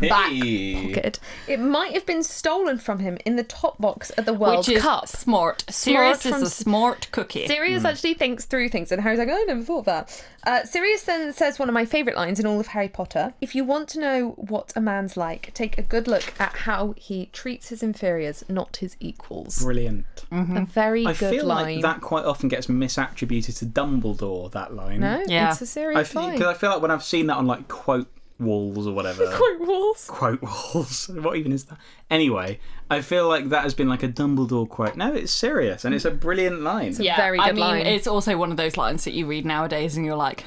A: back
C: Hey.
A: pocket. It might have been stolen from him in the top box at the World
B: Which is
A: Cup.
B: smart. Sirius is
A: from-
B: a smart cookie.
A: Sirius
C: Mm.
A: actually thinks through things, and Harry's like, "Oh, I never thought of that. Uh, Sirius then says one of my favourite lines in all of Harry Potter If you want to know what a man's like, take a good look at how he treats his inferiors, not his equals.
C: Brilliant.
A: A very
C: I
A: good
C: feel
A: line.
C: like that quite often gets misattributed to Dumbledore, that line.
A: No,
B: Yeah.
A: it's a
C: I
A: serious
C: feel
A: line.
C: because I feel like when I've seen that on like quote walls or whatever.
A: Quite walls.
C: quote walls. What even is that? Anyway, I feel like that has been like a Dumbledore quote. No, it's serious and it's a brilliant line.
B: yeah,
A: very good
B: I mean,
A: line.
B: it's also one of those lines that you read nowadays, and you're like,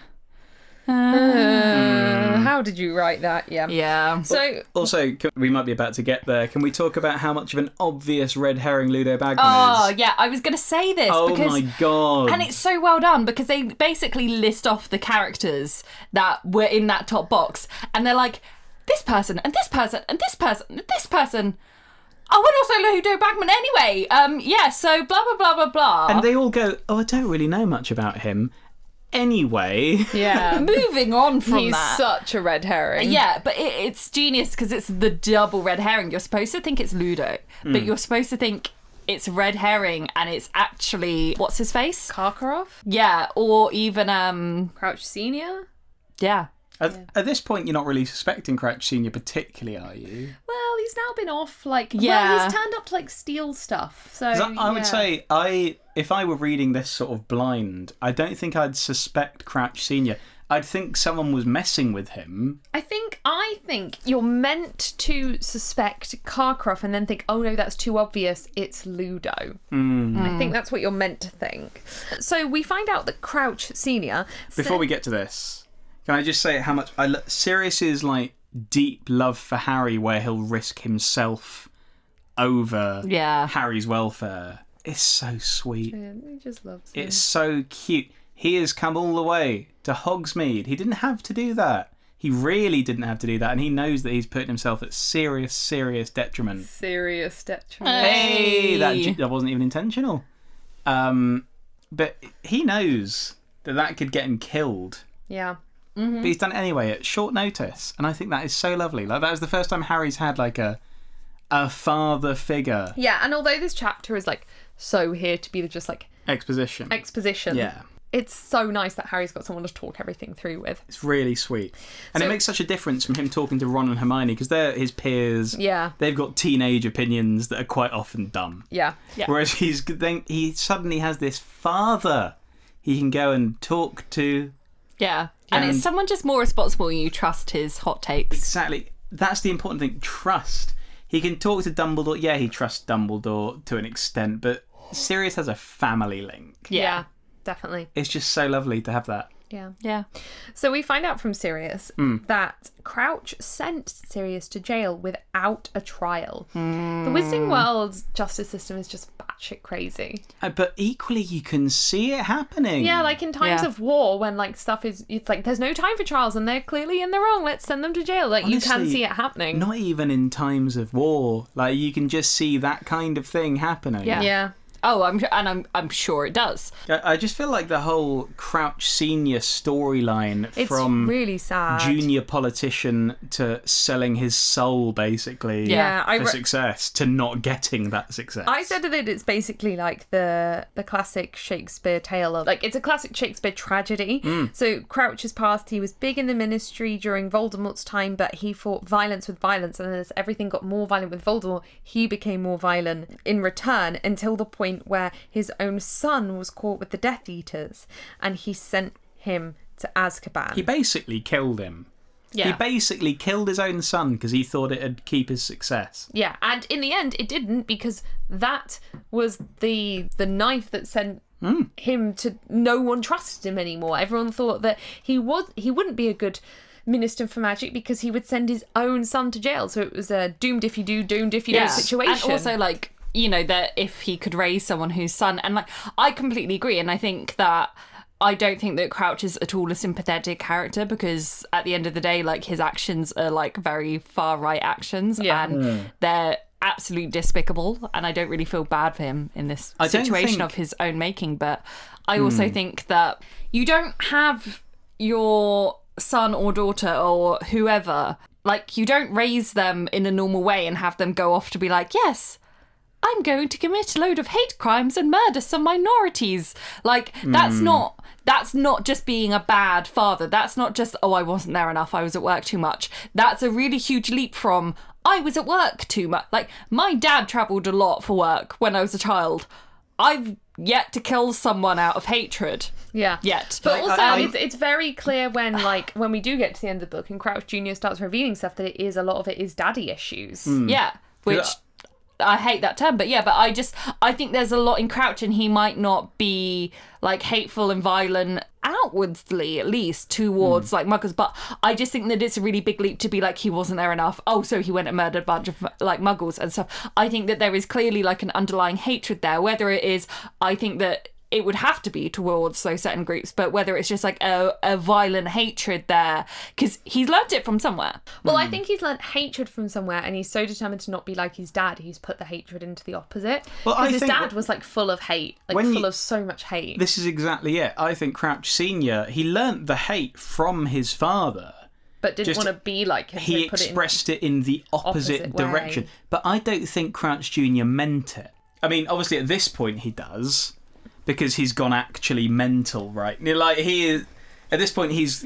A: Uh, how did you write that? Yeah.
B: yeah.
A: So
C: Also, can, we might be about to get there. Can we talk about how much of an obvious red herring Ludo Bagman
B: Oh
C: is?
B: yeah, I was gonna say this
C: Oh
B: because
C: my god!
B: And it's so well done because they basically list off the characters that were in that top box and they're like, this person and this person and this person and this person. Oh, and also Ludo Bagman anyway. Um, yeah, so blah, blah, blah, blah, blah.
C: and they all go, "Oh, I don't really know much about him." Anyway,
A: yeah,
B: Moving on from
A: he's
B: that. Uh,
A: such a red herring.
B: yeah, but it, it's genius because it's the double red herring. You're supposed to think it's Ludo, but you're supposed to think it's a red herring and it's actually, what's his face?
A: Karkaroff,
B: Yeah, or even, um,
A: Crouch Senior.
B: yeah.
C: at, at this point, you're not really suspecting Crouch Senior particularly, are you?
A: Well, he's he's now been off like well,
B: Yeah.
A: he's turned up to like steal stuff. So
C: 'Cause I,
B: Oh,
C: I
A: yeah.
C: would say I, if I were reading this sort of blind, I don't think I'd suspect Crouch Senior. I'd think someone was messing with him.
A: I think I think you're meant to suspect Carcroft and then think, oh no, that's too obvious. It's Ludo. I think that's what you're meant to think. So we find out that Crouch Senior.
C: Before we get to this, can I just say how much I lo- Sirius's like deep love for Harry, where he'll risk himself over
B: Yeah.
C: Harry's welfare, is so sweet.
A: he just loves.
C: It's so cute. He has come all the way to Hogsmeade. He didn't have to do that. He really didn't have to do that, and he knows that he's putting himself at serious, serious detriment.
A: serious detriment.
C: Hey, that
B: Hey.
C: ju- that wasn't even intentional. Um, but he knows that that could get him killed,
A: yeah.
C: but he's done it anyway at short notice, and I think that is so lovely. Like that was the first time Harry's had like a a father figure
A: Yeah, and although this chapter is like so here to be just like
C: exposition.
A: exposition,
C: yeah,
A: it's so nice that Harry's got someone to talk everything through with.
C: it's really sweet, and it
A: So-
C: makes such a difference from him talking to Ron and Hermione because they're his peers.
A: Yeah,
C: They've got teenage opinions that are quite often dumb.
A: yeah,
C: Whereas he's then he suddenly has this father he can go and talk to
B: Yeah. And
C: And-
B: it's someone just more responsible and you trust his hot takes.
C: Exactly. That's the important thing. Trust. He can talk to Dumbledore. Yeah, he trusts Dumbledore to an extent, but Sirius has a family link.
A: yeah,
B: Yeah.
A: definitely.
C: It's just so lovely to have that.
A: Yeah.
B: Yeah.
A: So we find out from Sirius
C: Hmm.
A: that Crouch sent Sirius to jail without a trial. The
C: Hmm.
A: Wizarding World's justice system is just batshit crazy.
C: Uh, but equally, you can see it happening.
A: Yeah, like in times
B: Yeah.
A: of war when like stuff is it's like there's no time for trials and they're clearly in the wrong. Let's send them to jail. Like you can
C: Honestly,
A: see it happening.
C: Not even in times of war. Like, you can just see that kind of thing happening.
B: Yeah.
A: yeah.
B: Oh, I'm and I'm I'm sure it does.
C: I, I just feel like the whole Crouch Senior storyline
A: It's
C: from
A: really sad.
C: junior politician to selling his soul, basically,
A: Yeah, I
C: for
A: re-
C: success, to not getting that success.
A: I said that it's basically like the the classic Shakespeare tale of like it's a classic Shakespeare tragedy. So Crouch is past. He was big in the ministry during Voldemort's time, but he fought violence with violence, and as everything got more violent with Voldemort, he became more violent in return until the point where his own son was caught with the Death Eaters, and he sent him to Azkaban.
C: He basically killed him. He
A: yeah.
C: basically killed his own son because he thought it'd keep his success.
A: Yeah, and in the end, it didn't because that was the the knife that sent
B: Hmm.
A: him to. No one trusted him anymore. Everyone thought that he was he wouldn't be a good minister for magic because he would send his own son to jail. So it was a doomed if you do, doomed if you do situation.
B: And also like, you know, that if he could raise someone whose son and like I completely agree and I think that I don't think that Crouch is at all a sympathetic character because at the end of the day, like his actions are like very far right actions
A: Yeah.
B: and
C: Hmm.
B: they're absolutely despicable and I don't really feel bad for him in this
C: I don't
B: situation
C: think- Hmm.
B: of his own making. But I also think that you don't have your son or daughter or whoever, like, you don't raise them in a normal way and have them go off to be like, yes. I'm going to commit a load of hate crimes and murder some minorities. Like that's not that's not just being a bad father. That's not just oh I wasn't there enough. I was at work too much. That's a really huge leap from I was at work too much. Like my dad traveled a lot for work when I was a child. I've yet to kill someone out of hatred
A: yeah,
B: yet. um,
A: But also,
C: I-
A: it's, it's very clear when, like, when we do get to the end of the book and Crouch Junior starts revealing stuff that it is a lot of it is daddy issues.
B: Yeah, which I hate that term, but yeah, but I just I think there's a lot in Crouch, and he might not be like hateful and violent outwardly, at least towards like muggers. But I just think that it's a really big leap to be like he wasn't there enough. Oh, so he went and murdered a bunch of like muggles and stuff. I think that there is clearly like an underlying hatred there. Whether it is, I think that. It would have to be towards those certain groups, but whether it's just like a, a violent hatred there, because he's learnt it from somewhere.
A: Well,
C: Hmm.
A: I think he's learnt hatred from somewhere, and he's so determined to not be like his dad, he's put the hatred into the opposite.
C: Well, I
A: Because his
C: think
A: dad
C: wh-
A: was like full of hate, like
C: when
A: full
C: you-
A: of so much hate.
C: This is exactly it. I think Crouch Senior, he learnt the hate from his father.
A: but didn't
C: just-
A: want to be like him.
C: He
A: so put
C: expressed it in, the opposite,
A: opposite way.
C: direction. But I don't think Crouch Junior meant it. I mean, obviously at this point he does because he's gone actually mental, right? Like he is At this point, he's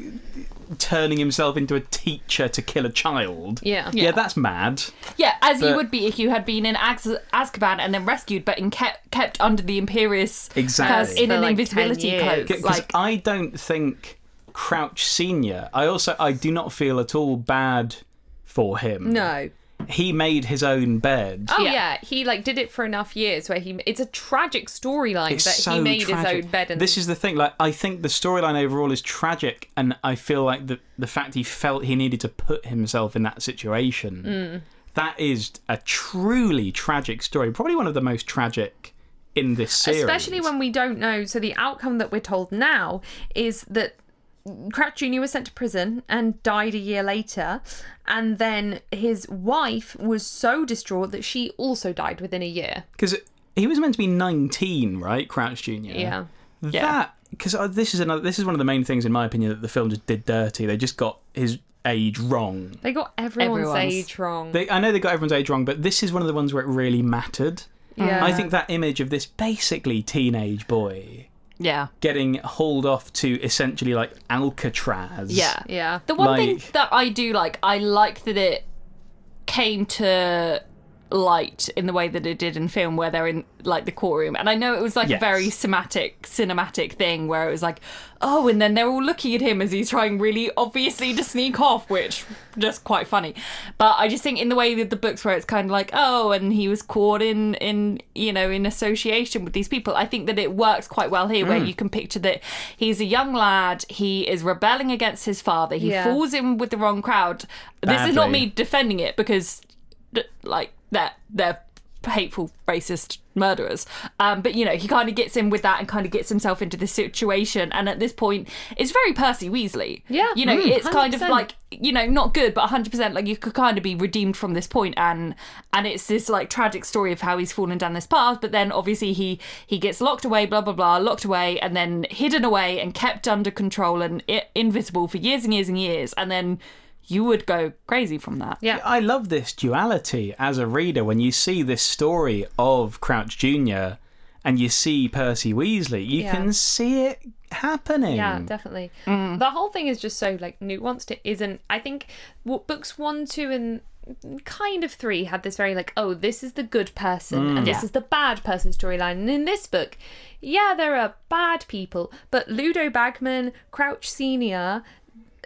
C: turning himself into a teacher to kill a child.
A: Yeah.
C: Yeah,
B: Yeah.
C: that's mad.
B: Yeah, as you
C: But-
B: would be if you had been in Az- Azkaban and then rescued, but in kept kept under the imperious
C: Exactly.
B: curse in
A: For
B: an
A: like 10
B: invisibility
A: years.
B: cloak.
C: Because
B: Like,
C: I don't think Crouch Senior. I also I do not feel at all bad for him.
A: No.
C: he made his own bed.
A: Oh yeah.
B: Yeah.
A: he like did it for enough years where he. It's a tragic storyline
C: It's
A: that
C: so
A: he made
C: tragic.
A: his own bed and
C: this is the thing. Like, I think the storyline overall is tragic, and I feel like the the fact he felt he needed to put himself in that situation.
A: Mm.
C: That is a truly tragic story. Probably one of the most tragic in this series.
A: especially when we don't know. So the outcome that we're told now is that Crouch Jr. was sent to prison and died a year later, and then his wife was so distraught that she also died within a year.
C: because he was meant to be nineteen, right? Crouch Junior.
A: Yeah.
C: That because this is another. This is one of the main things, in my opinion, that the film just did dirty. They just got his age wrong.
A: They got everyone's,
B: Everyone's.
A: age wrong.
C: They, I know they got everyone's age wrong, but this is one of the ones where it really mattered.
A: yeah.
C: I think that image of this basically teenage boy
B: yeah.
C: getting hauled off to essentially like Alcatraz.
B: Yeah.
A: Yeah.
B: The one thing
C: Like-
B: that I do like, I like that it came to light in the way that it did in film where they're in like the courtroom and I know it was like
C: Yes.
B: a very somatic cinematic thing where it was like oh and then they're all looking at him as he's trying really obviously to sneak off which just quite funny but I just think in the way that the books where it's kind of like oh and he was caught in in you know in association with these people I think that it works quite well here where you can picture that he's a young lad he is rebelling against his father he
A: Yeah.
B: falls in with the wrong crowd this is not
C: Badly.
B: me defending it because d- like they're they're hateful racist murderers um but you know he kind of gets in with that and kind of gets himself into this situation and at this point it's very percy weasley
A: Yeah,
B: you know
A: mm,
B: it's kind of
A: 100%.
B: like you know not good but 100% like you could kind of be redeemed from this point and and it's this like tragic story of how he's fallen down this path but then obviously he he gets locked away blah blah blah locked away and then hidden away and kept under control and I- invisible for years and years and years and then you would go crazy from that
A: yeah.
C: I love this duality as a reader when you see this story of Crouch Jr. and you see Percy Weasley, you
A: Yeah.
C: can see it happening.
A: Yeah, definitely. The whole thing is just so like nuanced. It isn't. I think what books one, two, and kind of three had this very like, oh, this is the good person and this
B: Yeah.
A: is the bad person storyline. And in this book, yeah, there are bad people, but Ludo Bagman, Crouch Senior.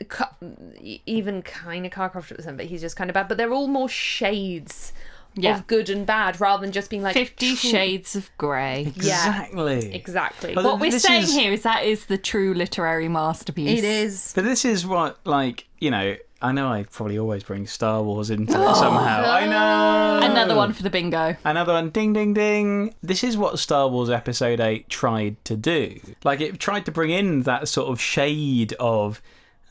A: cu- Even kind of Carcroft at the end, but he's just kind of bad. But they're all more shades
B: Yeah.
A: of good and bad rather than just being like
B: Fifty
A: true-
B: Shades of Grey.
C: Exactly.
A: Exactly.
C: But
B: What we're
C: This
B: saying
C: is-
B: here is that is the true literary masterpiece.
A: it is.
C: But this is what, like, you know, I know I probably always bring Star Wars into
A: Oh,
C: it somehow. I know.
B: Another one for the bingo.
C: Another one, ding, ding, ding. This is what Star Wars Episode 8 tried to do. Like, it tried to bring in that sort of shade of,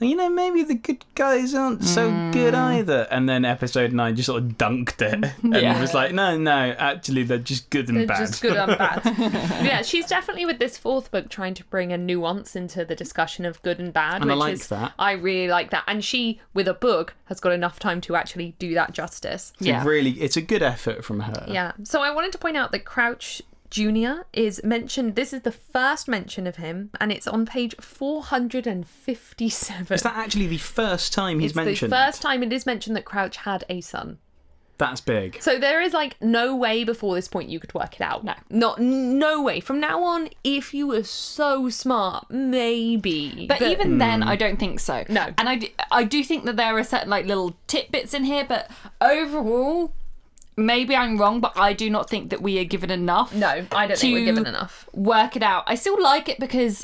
C: you know, maybe the good guys aren't so good
A: Mm.
C: either. And then Episode 9 just sort of dunked it. And
B: Yeah.
C: it was like, no, no, actually, they're just good and
A: They're
C: bad.
A: just good and bad. yeah, she's definitely with this fourth book trying to bring a nuance into the discussion of good and bad.
C: And I
A: which
C: like
A: is,
C: that.
A: I really like that. And she, with a book, has got enough time to actually do that justice.
C: It
B: Yeah.
C: Really, it's a good effort from her.
A: Yeah. So I wanted to point out that Crouch Jr. is mentioned. This is the first mention of him, and it's on page 457.
C: Is that actually the first time he's
A: it's
C: mentioned?
A: the first time it is mentioned that Crouch had a son.
C: That's big.
A: So there is like no way before this point you could work it out. No, not no way. From now on, if you were so smart, maybe.
B: But, even then, I don't think so.
A: No.
B: And I do, I do think that there are certain like little tidbits in here, but overall, maybe I'm wrong, but I do not think that we are given enough.
A: no, I don't think we're
B: to
A: given enough.
B: Work it out. I still like it because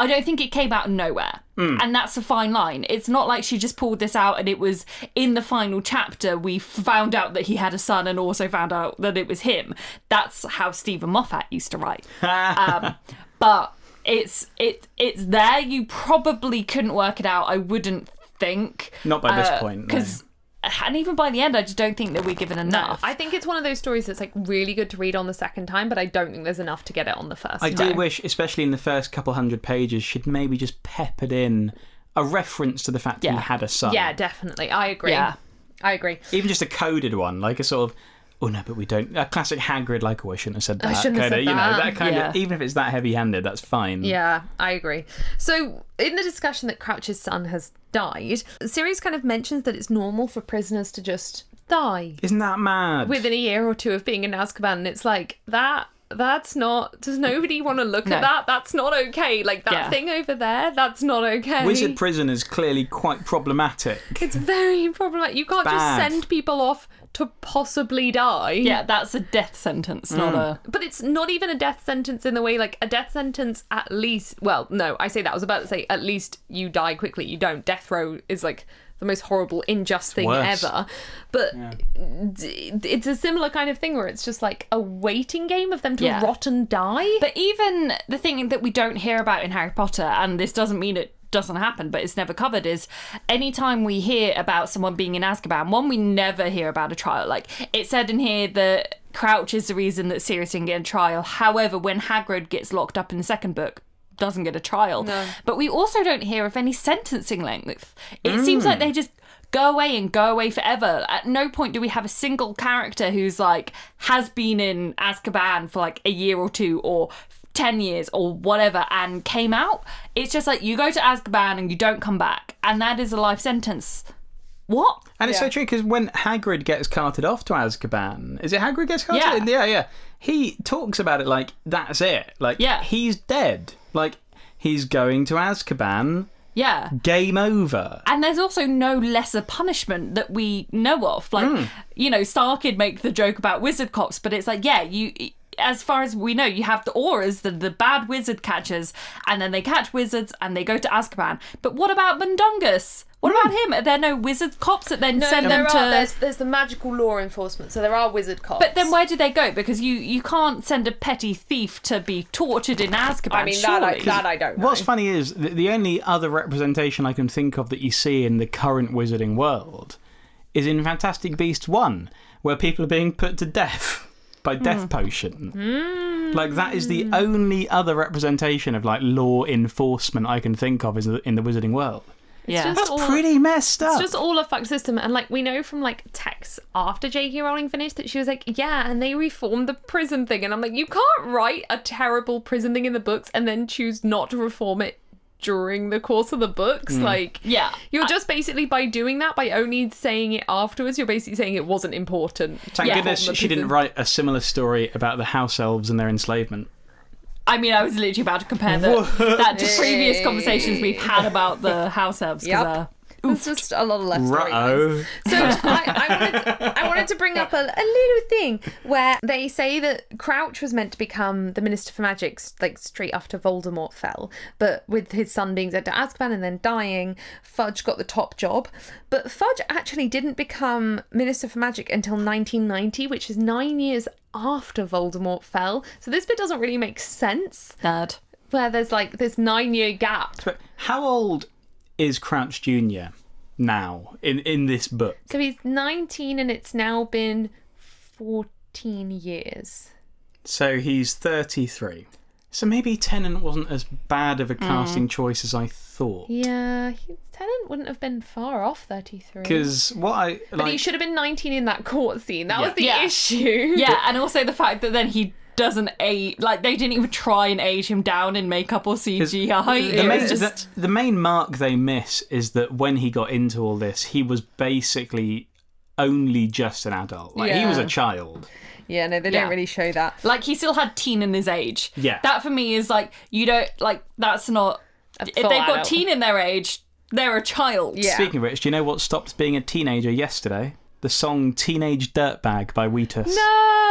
B: I don't think it came out of nowhere.
C: Hmm.
B: And that's a fine line. It's not like she just pulled this out and it was in the final chapter we found out that he had a son and also found out that it was him. That's how Stephen Moffat used to write.
A: Uh,
B: um, but it's it it's there. You probably couldn't work it out. I wouldn't think.
C: Not by this point,
A: uh,
C: no.
B: Because and even by the end, I just don't think that we're given enough.
A: I think it's one of those stories that's like really good to read on the second time, but I don't think there's enough to get it on the first.
C: I
A: time.
C: do wish, especially in the first couple hundred pages, she'd maybe just peppered in a reference to the fact
B: Yeah.
C: he had a son.
A: Yeah, definitely. I agree.
B: Yeah.
A: I agree.
C: Even just a coded one, like a sort of, oh no, but we don't. A classic Hagrid, like, oh, I shouldn't have said that.
A: I shouldn't have
C: kinda,
A: said
C: you know,
A: that.
C: that kind
B: Yeah.
C: of, even if it's that heavy handed, that's fine.
A: Yeah, I agree. So, in the discussion that Crouch's son has died, Sirius kind of mentions that it's normal for prisoners to just die
C: Isn't that mad?
A: within a year or two of being in Azkaban, and it's like that. That's not. Does nobody want to look
B: No.
A: at that? That's not okay. Like that
B: Yeah.
A: thing over there. That's not okay.
C: Wizard prison is clearly quite problematic.
A: it's very problematic. You can't just
C: bad.
A: send people off to possibly die.
B: Yeah, that's a death sentence, not
C: Hmm.
B: a.
A: But it's not even a death sentence in the way like a death sentence at least well, no, I say that I was about to say at least you die quickly, you don't. Death row is like the most horrible, unjust thing
C: worse.
A: ever. But d- it's a similar kind of thing where it's just like a waiting game of them to
B: Yeah.
A: rot and die.
B: But even the thing that we don't hear about in Harry Potter, and this doesn't mean it doesn't happen, but it's never covered, is anytime we hear about someone being in Azkaban, one, we never hear about a trial. Like, it said in here that Crouch is the reason that Sirius didn't get a trial. However, when Hagrid gets locked up in the second book, doesn't get a trial. But we also don't hear of any sentencing length. It seems like they just go away and go away forever. At no point do we have a single character who's like has been in Azkaban for like a year or two or 10 years or whatever and came out. It's just like you go to Azkaban and you don't come back and that is a life sentence. What?
C: And it's so true because when Hagrid gets carted off to Azkaban, is it Hagrid gets carted?
B: Yeah.
C: yeah, yeah. He talks about it like that's it. Like,
B: Yeah.
C: he's dead. Like, he's going to Azkaban.
B: Yeah.
C: Game over.
B: And there's also no lesser punishment that we know of. Like, you know, Starkid make the joke about wizard cops, but it's like, yeah, you. As far as we know, you have the auras, the, the bad wizard catchers, and then they catch wizards and they go to Azkaban. But what about Mundungus? What about him? Are there no wizard cops that then send them to?
A: there's the magical law enforcement, so there are wizard cops.
B: But then where do they go? Because you you can't send a petty thief to be tortured in Azkaban. surely.
A: I don't
C: What's funny is the, the only other representation I can think of that you see in the current wizarding world is in Fantastic Beasts 1, where people are being put to death by death potion. Like, that is the only other representation of, like, law enforcement I can think of is in the wizarding world.
B: yeah.
A: just-
C: That's
A: all-
C: pretty messed
A: It's
C: up.
A: just all a fuck system, and like we know from like texts after J.K. Rowling finished that she was like, "Yeah," and they reformed the prison thing, and I'm like, "You can't write a terrible prison thing in the books and then choose not to reform it during the course of the books."
C: Mm.
A: Like,
B: Yeah.
A: you're just basically by doing that by only saying it afterwards, you're basically saying it wasn't important.
C: Thank
B: Yeah.
C: goodness
A: Reform the
C: she didn't
A: prison.
C: write a similar story about the house elves and their enslavement.
B: I mean, I was literally about to compare the, that to previous conversations we've had about the house elves. 'cause,
A: Yep.
B: uh,
A: It's just a lot of left
C: Ruh-oh.
A: So I, I, wanted to, I wanted to bring up a, a little thing where they say that Crouch was meant to become the Minister for Magic s- like straight after Voldemort fell, but with his son being sent to Azkaban and then dying, Fudge got the top job. But Fudge actually didn't become Minister for Magic until 1990, which is nine years after Voldemort fell. So this bit doesn't really make sense,
B: nerd.
A: where there's like this nine year gap.
C: But how old is Crouch Junior now in in this book?
A: So he's 19 and it's now been 14 years.
C: So he's thirty three. So maybe Tennant wasn't as bad of a casting choice as I thought.
A: Mm. Yeah, he, Tennant wouldn't have been far off 33.
C: Because what I like,
A: but he should have been 19 in that court scene. That was the
B: Yeah.
A: issue.
B: Yeah, and also the fact that then he doesn't age. Like they didn't even try and age him down in makeup or CGI.
C: the
B: It
C: main,
B: was just
C: the, the main mark they miss is that when he got into all this, he was basically only just an adult. Like he was
A: Yeah.
C: a child.
A: Yeah, no, they
B: Yeah. really
A: show that.
B: like he still had teen in his age.
C: Yeah.
B: that for me is like you don't like that's not. If they've got
A: adult.
B: teen in their age, they're a child.
A: Yeah.
C: Speaking of which, do you know what stopped being a teenager yesterday? The song "Teenage Dirtbag" by Wheatus.
A: No!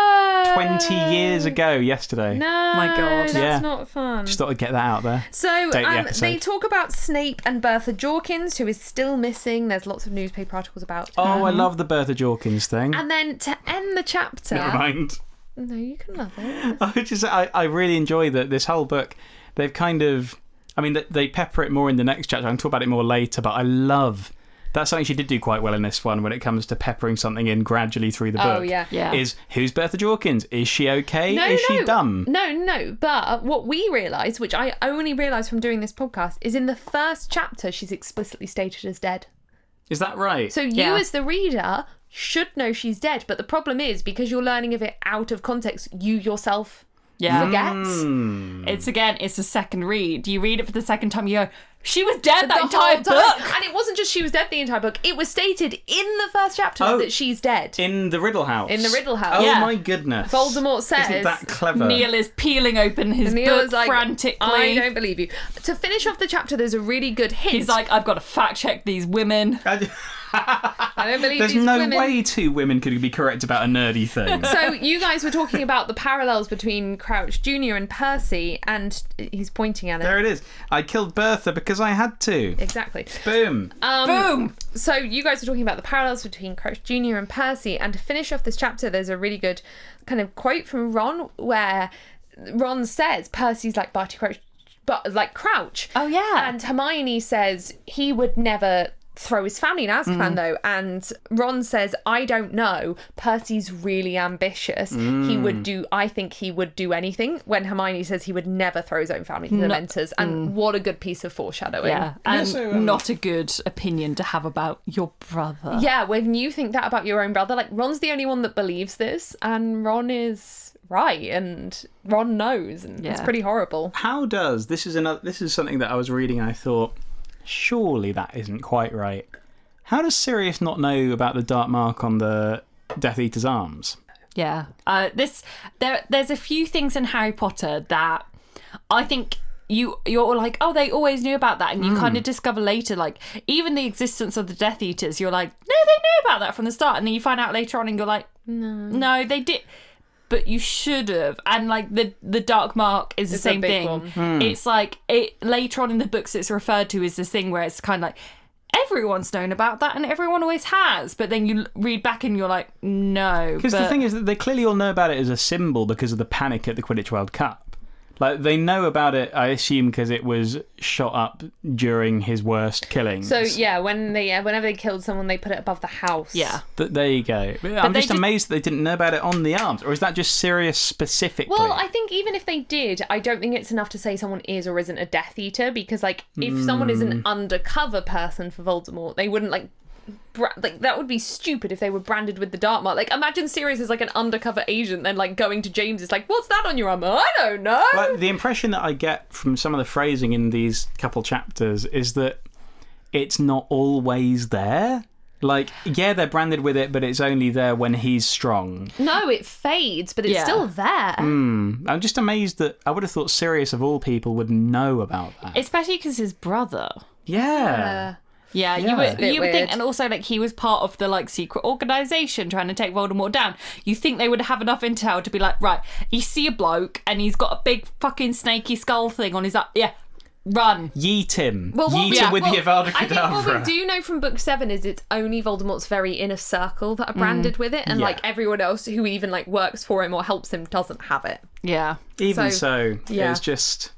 C: 20 years ago yesterday.
A: No,
B: My God.
A: that's
C: Yeah.
A: not fun.
C: Just thought I'd get that out there.
A: So
C: Date the
A: um,
C: episode.
A: they talk about Snape and Bertha Jorkins, who is still missing. There's lots of newspaper articles about.
C: Oh,
A: her.
C: I love the Bertha Jorkins thing.
A: And then to end the chapter,
C: Never mind.
A: no, you can love it.
C: I just, I, I really enjoy that this whole book. They've kind of, I mean, they, they pepper it more in the next chapter. I can talk about it more later, but I love that's something she did do quite well in this one when it comes to peppering something in gradually through the
A: Oh,
C: book.
A: yeah.
B: Yeah.
C: Is who's Bertha Jorkins? Is she okay?
A: No,
C: is
A: no,
C: she dumb?
A: No, no. But what we realised, which I only realised from doing this podcast, is in the first chapter she's explicitly stated as dead.
C: Is that right?
A: So you,
B: Yeah.
A: as the reader, should know she's dead. But the problem is because you're learning of it out of context, you yourself
B: Yeah.
A: forget.
C: Mm.
B: It's again, it's a second read. You read it for the second time, you go, she was dead that
A: The
B: entire
A: whole time.
B: book.
A: and it wasn't just she was dead the entire book. It was stated in the first chapter
C: Oh.
A: that she's dead.
C: in the Riddle House.
A: In the Riddle House.
C: Oh
B: Yeah.
C: my goodness.
A: Voldemort
C: Isn't
A: says-
C: that clever?
B: Neil is peeling open his
A: Neil
B: book
A: is like,
B: frantically.
A: I don't believe you. To finish off the chapter, there's a really good hint.
B: He's like, I've got to fact check these women.
C: I-
A: I don't believe
C: There's
A: these
C: no
A: women.
C: way two women could be correct about a nerdy thing.
A: So you guys were talking about the parallels between Crouch Junior and Percy, and he's pointing at it.
C: there it is. I killed Bertha because I had to.
A: Exactly.
C: Boom.
A: Um,
B: Boom!
A: So you guys were talking about the parallels between Crouch Junior and Percy, and to finish off this chapter, there's a really good kind of quote from Ron where Ron says Percy's like Barty Crouch, but like Crouch.
B: Oh, yeah.
A: And Hermione says he would never throw his family in
B: Mm-hmm.
A: Azkaban though, and Ron says I don't know. Percy's really ambitious. He
B: Mm.
A: would do. I think he would do anything. When Hermione says he would never throw his own family to the Dementors, and what a good piece of foreshadowing.
B: Mm. Yeah, and
C: so, um,
B: not a good opinion to have about your brother.
A: Yeah, when you think that about your own brother, like Ron's the only one that believes this, and Ron is right, and Ron knows, and it's
B: Yeah.
A: pretty horrible.
C: How does this is another this is something that I was reading and I thought surely that isn't quite right. How does Sirius not know about the dark mark on the Death Eater's arms?
B: Yeah. Uh, this there there's a few things in Harry Potter that I think you you're like, oh, they always knew about that, and you
A: Hmm.
B: kind of discover later, like even the existence of the Death Eaters, you're like, no, they knew about that from the start, and then you find out later on, and you're like, no, no, they did. But you should have, and like the the dark mark is the
A: a
B: same
A: big
B: thing.
A: one.
B: It's like it later on in the books, it's referred to as this thing where it's kind of like everyone's known about that, and everyone always has. But then you l- read back, and you're like, no.
C: Because the thing is that they clearly all know about it as a symbol because of the panic at the Quidditch World Cup. Like they know about it, I assume, because it was shot up during his worst killing.
A: So yeah, when they yeah, whenever they killed someone, they put it above the house.
B: Yeah.
C: Th- there you go. I'm
B: they
C: just
B: did-
C: amazed that they didn't know about it on the arms, or is that just Sirius specifically?
A: Well, I think even if they did, I don't think it's enough to say someone is or isn't a Death Eater because, like, if someone is an undercover person for Voldemort, they wouldn't like, bra- like that would be stupid if they were branded with the Dark Mark. Like, imagine Sirius is like an undercover agent, then like going to James is like, "What's that on your arm? I don't know."
C: But the impression that I get from some of the phrasing in these couple chapters is that it's not always there. Like, yeah, they're branded with it, but it's only there when he's strong.
A: No, it fades, but it's
B: Yeah.
A: still there.
B: Hmm.
C: I'm just amazed that I would have thought Sirius, of all people, would know about that.
B: especially because his brother.
A: Uh,
C: yeah.
B: Yeah,
C: Yeah.
B: you
C: It's
B: would
C: a
A: bit
B: you would
A: weird.
B: think, and also like he was part of the like secret organization trying to take Voldemort down. You think they would have enough intel to be like, right, you see a bloke and he's got a big fucking snaky skull thing on his up. Yeah, run.
C: Yeet him.
A: Well, what
C: Yeet
A: we-
C: him with
A: well,
C: the Avada
A: I think
C: Kedavra.
A: what we do know from book seven is it's only Voldemort's very inner circle that are branded with it, and
C: Yeah.
A: like everyone else who even like works for him or helps him doesn't have it.
B: Yeah,
C: Even
A: so,
C: so,
A: yeah.
C: it's just.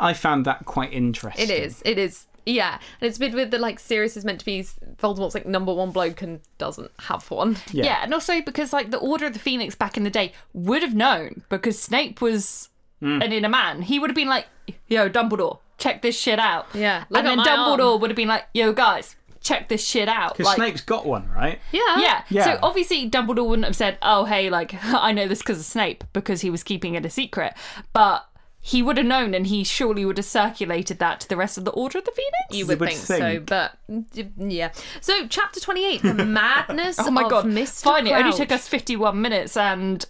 C: I found that quite interesting.
A: It is. It is. Yeah, and it's been with the like Sirius is meant to be Voldemort's like number one bloke and doesn't have one.
B: yeah, and also because like the Order of the Phoenix back in the day would have known because Snape was an inner man. He would have been like, yo, Dumbledore, check this shit out.
A: Yeah, look
B: and
A: at
B: then
A: my arm.
B: Dumbledore would have been like, yo, guys, check this shit out.
C: Because Snape's got one, right?
A: Yeah.
B: Yeah.
C: Yeah.
B: So obviously Dumbledore wouldn't have said, "Oh, hey, like I know this because of Snape because he was keeping it a secret," but he would have known, and he surely would have circulated that to the rest of the Order of the Phoenix.
A: You would,
C: would
A: think, so,
C: think.
A: but mm, yeah. So, chapter twenty-eight, the madness.
B: oh my
A: of
B: god!
A: Mr.
B: Fine, it only
A: Crouch.
B: took us fifty-one minutes and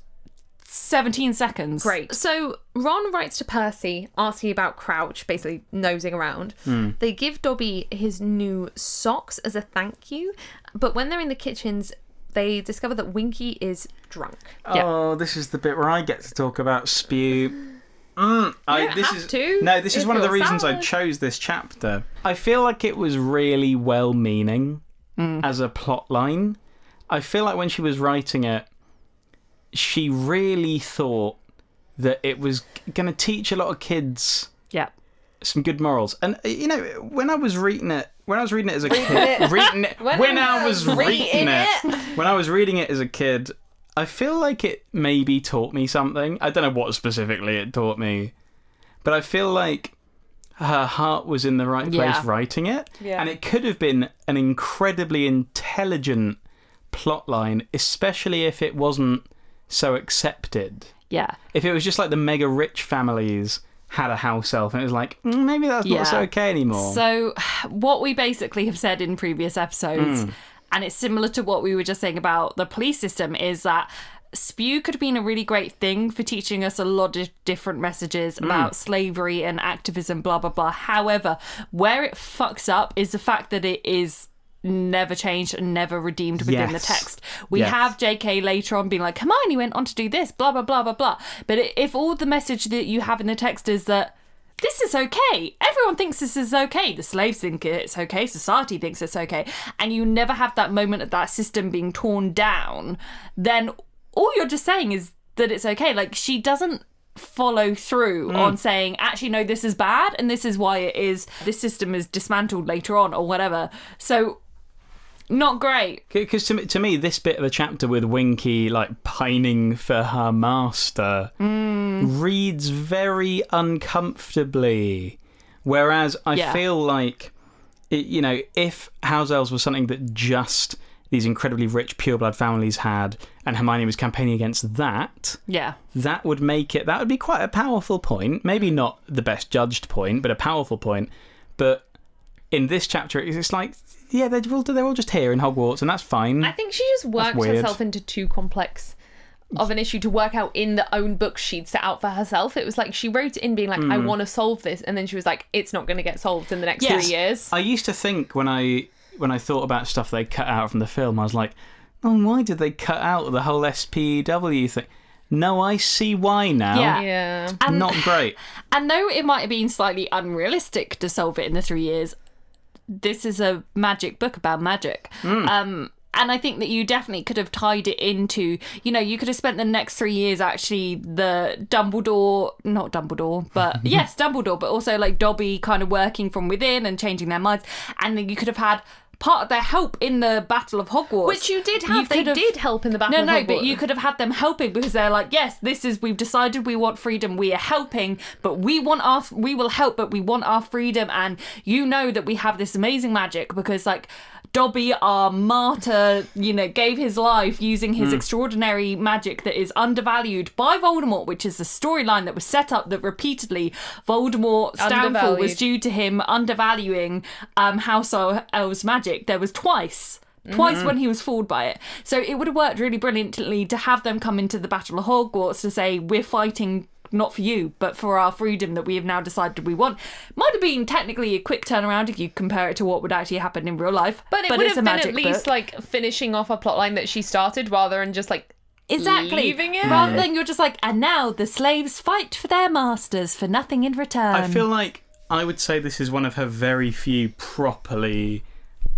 B: seventeen seconds.
A: Great. So Ron writes to Percy asking about Crouch, basically nosing around.
C: Hmm.
A: They give Dobby his new socks as a thank you, but when they're in the kitchens, they discover that Winky is drunk.
B: Yeah.
C: Oh, this is the bit where I get to talk about spew. Mm, I,
A: don't
C: this
A: have
C: is
A: to,
C: no. This is
A: if
C: one of the
A: you're
C: reasons I
A: sad.
C: chose this chapter. I feel like it was really well-meaning as a plot line. I feel like when she was writing it, she really thought that it was going to teach a lot of kids
B: Yeah.
C: some good morals. And uh, you know, when I was reading it, when I was reading it as a kid, reading it, when, I was reading it, when I was reading it as a kid, I feel like it maybe taught me something. I don't know what specifically it taught me, but I feel like her heart was in the right place
B: Yeah.
C: writing it.
A: Yeah.
C: And it could have been an incredibly intelligent plot line, especially if it wasn't so accepted.
B: Yeah.
C: If it was just like the mega rich families had a house elf and it was like, "Mm, maybe that's
B: Yeah.
C: not so okay anymore.
B: So, what we basically have said in previous episodes, and it's similar to what we were just saying about the police system, is that Spew could have been a really great thing for teaching us a lot of different messages about slavery and activism, blah, blah, blah. However, where it fucks up is the fact that it is never changed and never redeemed within
C: Yes.
B: the text. We
C: Yes.
B: have JK later on being like, Hermione went on to do this, blah, blah, blah, blah, blah. But i- if all the message that you have in the text is that this is okay, everyone thinks this is okay, the slaves think it's okay, society thinks it's okay, and you never have that moment of that system being torn down, then all you're just saying is that it's okay. Like, she doesn't follow through on saying actually no this is bad and this is why it is this system is dismantled later on or whatever so not great
C: Because to, me- to me, this bit of the chapter with Winky like pining for her master
B: Mm.
C: reads very uncomfortably. Whereas I
B: Yeah.
C: feel like, it, you know, if House Elves was something that just these incredibly rich pureblood families had, and Hermione was campaigning against that,
B: yeah
C: that would make it that would be quite a powerful point maybe not the best judged point but a powerful point but in this chapter it's it's like yeah they're all, they're all just here in hogwarts and that's fine
A: I think she just worked
C: weird.
A: herself into too complex of an issue to work out in the own book she'd set out for herself. It was like she wrote it in being like, I
C: Hmm.
A: want to solve this. And then she was like, it's not going to get solved in the next
B: Yes.
A: three years.
C: i used to think when i when i thought about stuff they cut out from the film i was like oh why did they cut out the whole spw thing no i see why now
B: Yeah.
A: Yeah.
C: not great
B: And though it might have been slightly unrealistic to solve it in the three years, this is a magic book about magic. Um, and I think that you definitely could have tied it into, you know, you could have spent the next three years actually the Dumbledore, not Dumbledore, but yes, Dumbledore, but also like Dobby kind of working from within and changing their minds. And then you could have had part of their help in the Battle of Hogwarts.
A: Which you did have. they
B: could have-
A: did help in the battle.
B: No,
A: of
B: no,
A: Hogwarts.
B: but you could have had them helping because they're like, yes, this is we've decided we want freedom. We are helping, but we want our we will help, but we want our freedom. And you know that we have this amazing magic because like Dobby, our martyr, you know, gave his life using his extraordinary magic that is undervalued by Voldemort, which is the storyline that was set up that repeatedly Voldemort's downfall was
A: Undervalued.
B: due to him undervaluing um, House Elves magic. There was twice. Twice
A: Mm-hmm.
B: when he was fooled by it. So it would have worked really brilliantly to have them come into the Battle of Hogwarts to say, We're fighting not for you, but for our freedom that we have now decided we want. Might have been technically a quick turnaround if you compare it to what would actually happen in real life.
A: But it would
B: it's
A: have
B: a
A: been
B: magic
A: at least
B: book.
A: like finishing off a plotline that she started rather than just like
B: exactly.
A: leaving it.
B: Rather than you're just like, and now the slaves fight for their masters for nothing in return.
C: I feel like I would say this is one of her very few properly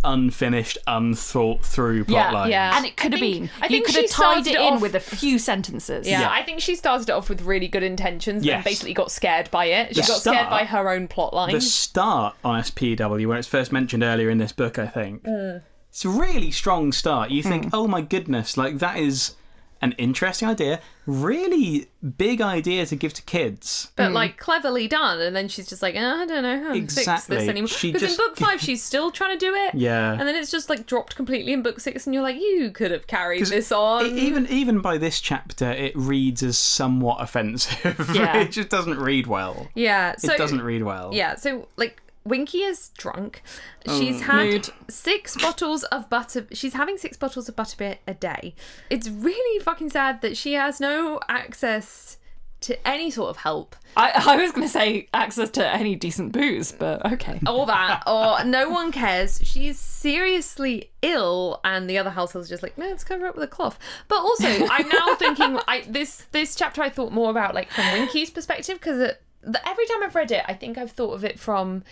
C: unfinished, unthought through plot
B: Yeah,
C: lines.
A: yeah.
B: and it could have
A: think-
B: been.
A: I
B: You
A: think
B: could
A: she
B: have tied
A: started
B: it
A: it
B: in
A: off-
B: with a few sentences.
A: Yeah, I think she started it off with really good intentions and
C: Yes.
A: basically got scared by it. She
C: The
A: got scared
C: start-
A: by her own plotline.
C: The start on SPW, when it's first mentioned earlier in this book, I think,
A: Mm.
C: it's a really strong start. You think, oh my goodness, like that is an interesting idea, really big idea to give to kids.
A: but like cleverly done, and then she's just like, "Uh, I don't know how to fix this
C: Exactly.
A: anymore.
C: She
A: Because in
C: just-
A: book five, she's still trying to do it.
C: Yeah.
A: and then it's just like dropped completely in book six, and you're like, you could have carried
C: 'Cause
A: this on.
C: e- even even by this chapter, it reads as somewhat offensive.
B: Yeah.
C: it just doesn't read well.
A: yeah, so
C: it doesn't read well.
A: Yeah, so like Winky is drunk. She's had six bottles of butter. She's having six bottles of butterbeer a day. It's really fucking sad that she has no access to any sort of help
B: I, I was going to say access to any decent booze, but okay.
A: or that or no one cares she's seriously ill and the other household's just like "No, let's cover up with a cloth but also i'm now thinking i this this chapter i thought more about like from winky's perspective because every time i've read it i think i've thought of it from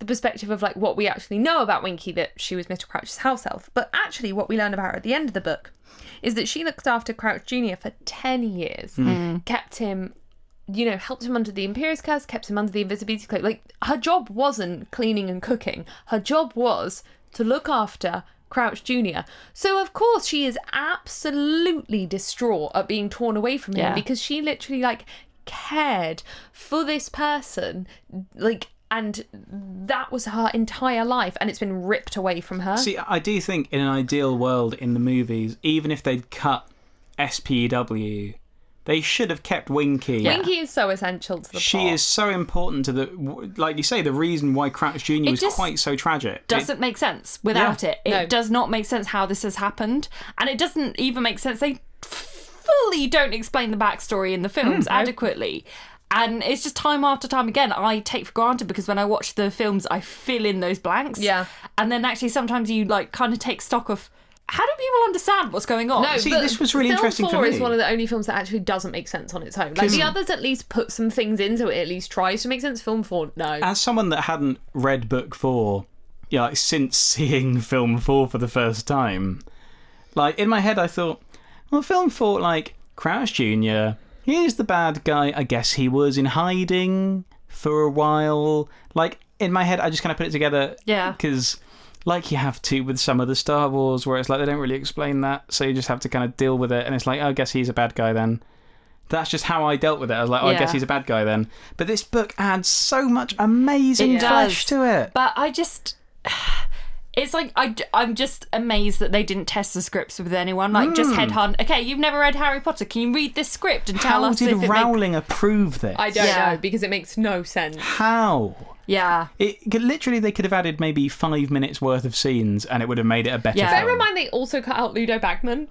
A: the perspective of like what we actually know about winky that she was mr crouch's house elf but actually what we learn about her at the end of the book is that she looked after crouch junior for 10 years kept him you know, helped him under the Imperius curse, kept him under the invisibility cloak. Like her job wasn't cleaning and cooking. Her job was to look after Crouch Jr. So of course she is absolutely distraught at being torn away from him
B: Yeah.
A: because she literally like cared for this person like and that was her entire life, and it's been ripped away from her.
C: See, I do think in an ideal world in the movies, even if they'd cut SPW, they should have kept Winky.
A: Winky is so essential to the
C: She
A: plot.
C: is so important to the, w- like you say, the reason why Crouch Jr. was
B: just
C: quite so tragic. It-
B: doesn't make sense without
C: Yeah.
B: it. It
A: No.
B: does not make sense how this has happened, and it doesn't even make sense. They fully don't explain the backstory in the films adequately. And it's just time after time again, I take for granted because when I watch the films, I fill in those blanks.
A: Yeah.
B: And then actually, sometimes you like kind of take stock of how do people understand what's going on?
A: No,
C: See,
A: but
C: this was really
A: film
C: interesting for
A: four
C: me.
A: is one of the only films that actually doesn't make sense on its own. Like the others, at least put some things into it. At least tries to make sense. Film four, no.
C: As someone that hadn't read book four, yeah, like, since seeing film four for the first time, like in my head, I thought, well, film four, like Crouch Junior, he is the bad guy. I guess he was in hiding for a while. Like in my head, I just kind of put it together.
B: Yeah.
C: because. Like you have to with some of the Star Wars, where it's like they don't really explain that, so you just have to kind of deal with it, and it's like, oh, I guess he's a bad guy then. That's just how I dealt with it. I was like, oh, I
B: Yeah.
C: guess he's a bad guy then. But this book adds so much amazing
B: It
C: flesh
B: does.
C: to it.
B: But I just. It's like I, am just amazed that they didn't test the scripts with anyone. Like just
C: Hmm.
B: headhunt. Okay, you've never read Harry Potter. Can you read this script and tell
C: how
B: us
C: did
B: if it makes...
C: Rowling approve this?
A: I don't
B: Yeah.
A: know because it makes no sense.
C: How?
B: Yeah,
C: It could- literally they could have added maybe five minutes worth of scenes and it would have made it a better
B: Yeah.
C: film.
B: Bear
A: Bear in mind, they also cut out Ludo Bagman.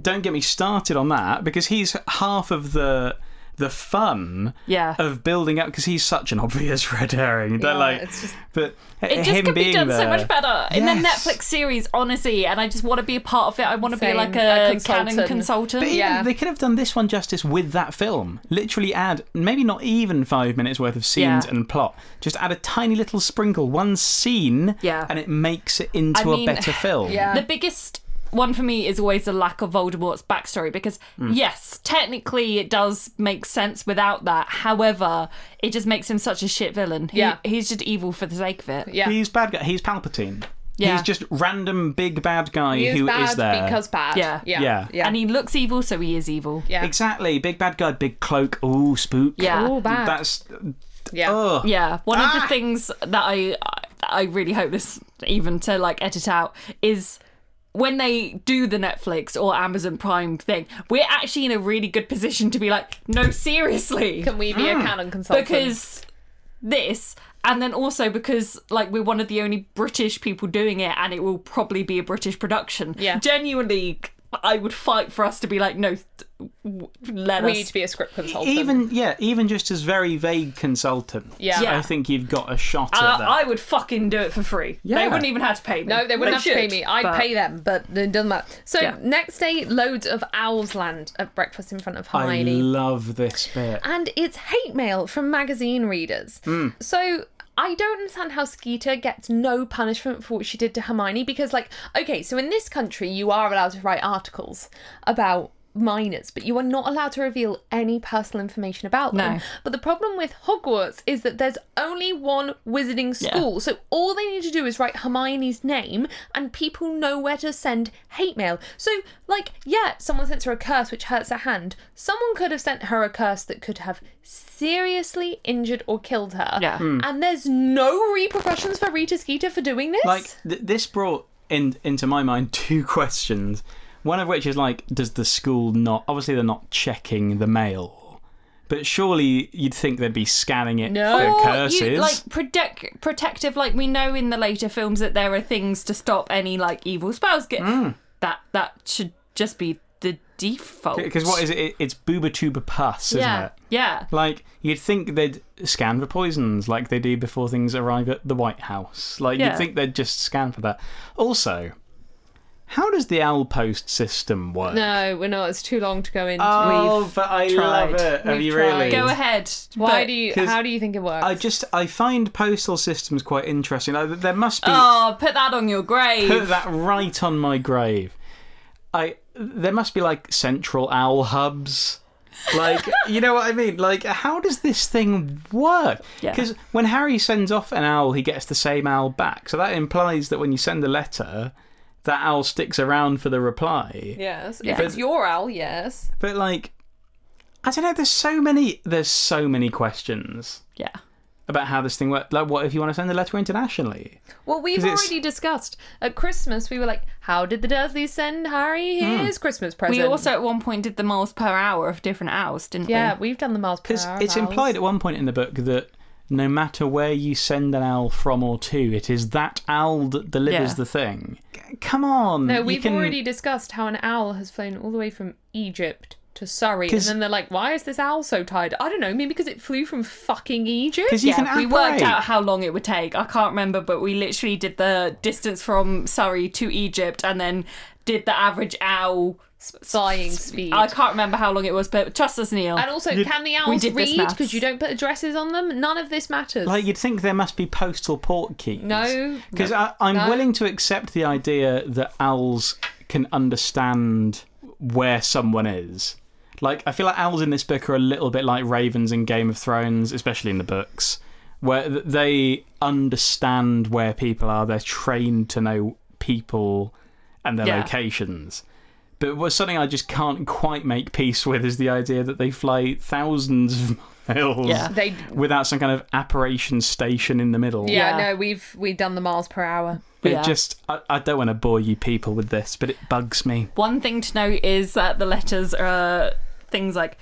C: Don't get me started on that because he's half of the the fun
B: yeah.
C: of building up because he's such an obvious red herring. But
A: Yeah,
C: like,
A: it's just-
C: but
B: It just
C: him
B: could be
C: being
B: done so
C: there-
B: much better in the
C: Yes.
B: Netflix series, honestly. And I just want to be a part of it. I want to be
A: Same.
B: like
A: A
B: a, canon
A: consultant.
B: consultant.
C: But even-
A: Yeah.
C: they could have done this one justice with that film. Literally add maybe not even five minutes worth of scenes
B: Yeah.
C: and plot. Just add a tiny little sprinkle, one scene,
B: Yeah.
C: and it makes it into
B: I
C: a
B: mean,
C: better film.
A: yeah.
B: The biggest one for me is always the lack of Voldemort's backstory because
A: Mm.
B: yes, technically it does make sense without that. However, it just makes him such a shit villain. He-
A: Yeah.
B: he's just evil for the sake of it.
A: Yeah.
C: He's bad guy. He's Palpatine.
B: Yeah.
C: He's just random big bad guy who
A: He
C: is
A: is bad
C: there.
A: because bad.
B: Yeah.
A: Yeah.
C: Yeah.
A: yeah.
B: And he looks evil, so he is evil.
A: yeah.
C: Exactly, big bad guy, big cloak. Ooh, spook.
B: Yeah.
A: All bad.
C: That's
A: yeah.
C: ugh.
B: Yeah, one of
C: Ah!
B: the things that I I really hope this even to like edit out is when they do the Netflix or Amazon Prime thing, we're actually in a really good position to be like, no, seriously,
A: Can we be
C: Mm.
A: a canon consultant?
B: because this, and then also because like we're one of the only British people doing it, and it will probably be a British production.
A: Yeah.
B: genuinely, I would fight for us to be like, no, th- w- let
A: we
B: us
A: need to be a script consultant.
C: Even yeah, even just as very vague consultant.
A: Yeah.
B: Yeah.
C: I think you've got a shot
B: Uh,
C: at that.
B: I would fucking do it for free. They
C: Yeah.
B: wouldn't even have to pay me.
A: No, they wouldn't have to pay me. I'd pay them, but it doesn't matter. So
B: Yeah.
A: next day, loads of owls land at breakfast in front of
C: I
A: Hermione.
C: love this bit.
A: and it's hate mail from magazine readers. So I don't understand how Skeeter gets no punishment for what she did to Hermione because, like, okay, so in this country, you are allowed to write articles about minors, but you are not allowed to reveal any personal information about them.
B: No.
A: But the problem with Hogwarts is that there's only one wizarding school, so all they need to do is write Hermione's name, and people know where to send hate mail. So, like, yeah, someone sent her a curse which hurts her hand. Someone could have sent her a curse that could have seriously injured or killed her.
B: Yeah.
C: Hmm.
A: And there's no repercussions for Rita Skeeter for doing this.
C: like th- this brought in into my mind two questions one of which is like does the school not obviously they're not checking the mail but surely you'd think they'd be scanning it
A: No.
C: for curses
B: you, like protect, protective, like we know in the later films that there are things to stop any like evil spells. Get
C: Mm.
B: that that should just be the default.
C: because what is it? it it's booba tuba pus isn't
A: Yeah.
C: it
B: Yeah,
C: like you'd think they'd scan for poisons like they do before things arrive at the white house like
B: Yeah.
C: you'd think they'd just scan for that also how does the owl post system work
A: no, we're not. It's too long to go into.
C: oh but i love
B: tried.
C: it have
A: We've
C: you
A: tried.
C: really
B: go ahead.
A: Why
B: but-
A: do you?
C: 'cause
A: How do you think it works?
C: I just I find postal systems quite interesting. I, there must be
B: Oh, put that on your grave.
C: put that right on my grave. I there must be like central owl hubs. Like you know what I mean? Like how does this thing work?
B: Yeah.
C: Because when Harry sends off an owl, he gets the same owl back. So that implies that when you send a letter, that owl sticks around for the reply.
A: yes.
B: Yeah.
A: If it's your owl, yes.
C: But like I don't know. There's so many. There's so many questions.
B: yeah,
C: about how this thing worked. Like, what if you want to send a letter internationally?
A: Well, we've
C: 'Cause it's-
A: already discussed at Christmas. We were like, "How did the Dursleys send Harry his Christmas present?"
B: We also at one point did the miles per hour of different owls, didn't
A: yeah,
B: we?
A: we've done the miles per
C: Because
A: hour. of
C: it's implied at
A: owls.
C: one point in the book that no matter where you send an owl from or to, it is that owl that delivers
B: Yeah.
C: the thing. C- Come on.
A: No,
C: you
A: we've
C: can-
A: already discussed how an owl has flown all the way from Egypt to Surrey, and
C: 'Cause-
A: then they're like, "Why is this owl so tired?" I don't know. Maybe because it flew from fucking Egypt.
C: Because you
B: Yeah,
C: can
B: we worked
C: apparate.
B: out how long it would take. I can't remember, but we literally did the distance from Surrey to Egypt and then did the average owl.
A: Flying speed.
B: I can't remember how long it was, but trust us, Neil.
A: And also, can the
B: We
A: owls
B: did this
A: read?
B: maths.
A: Because you don't put addresses on them. None of this matters.
C: Like you'd think there must be postal port keys.
A: No.
C: because I'm
A: No.
C: willing to accept the idea that owls can understand where someone is. Like I feel like owls in this book are a little bit like ravens in Game of Thrones, especially in the books, where th- they understand where people are. They're trained to know people and their
B: Yeah.
C: locations. But what's something I just can't quite make peace with is the idea that they fly thousands of miles
B: Yeah.
A: they.
C: without some kind of apparition station in the middle.
A: Yeah,
B: Yeah.
A: no, we've we've done the miles per hour.
C: It
B: Yeah.
C: just, I, I don't want to bore you people with this, but it bugs me.
B: One thing to note is that the letters are things like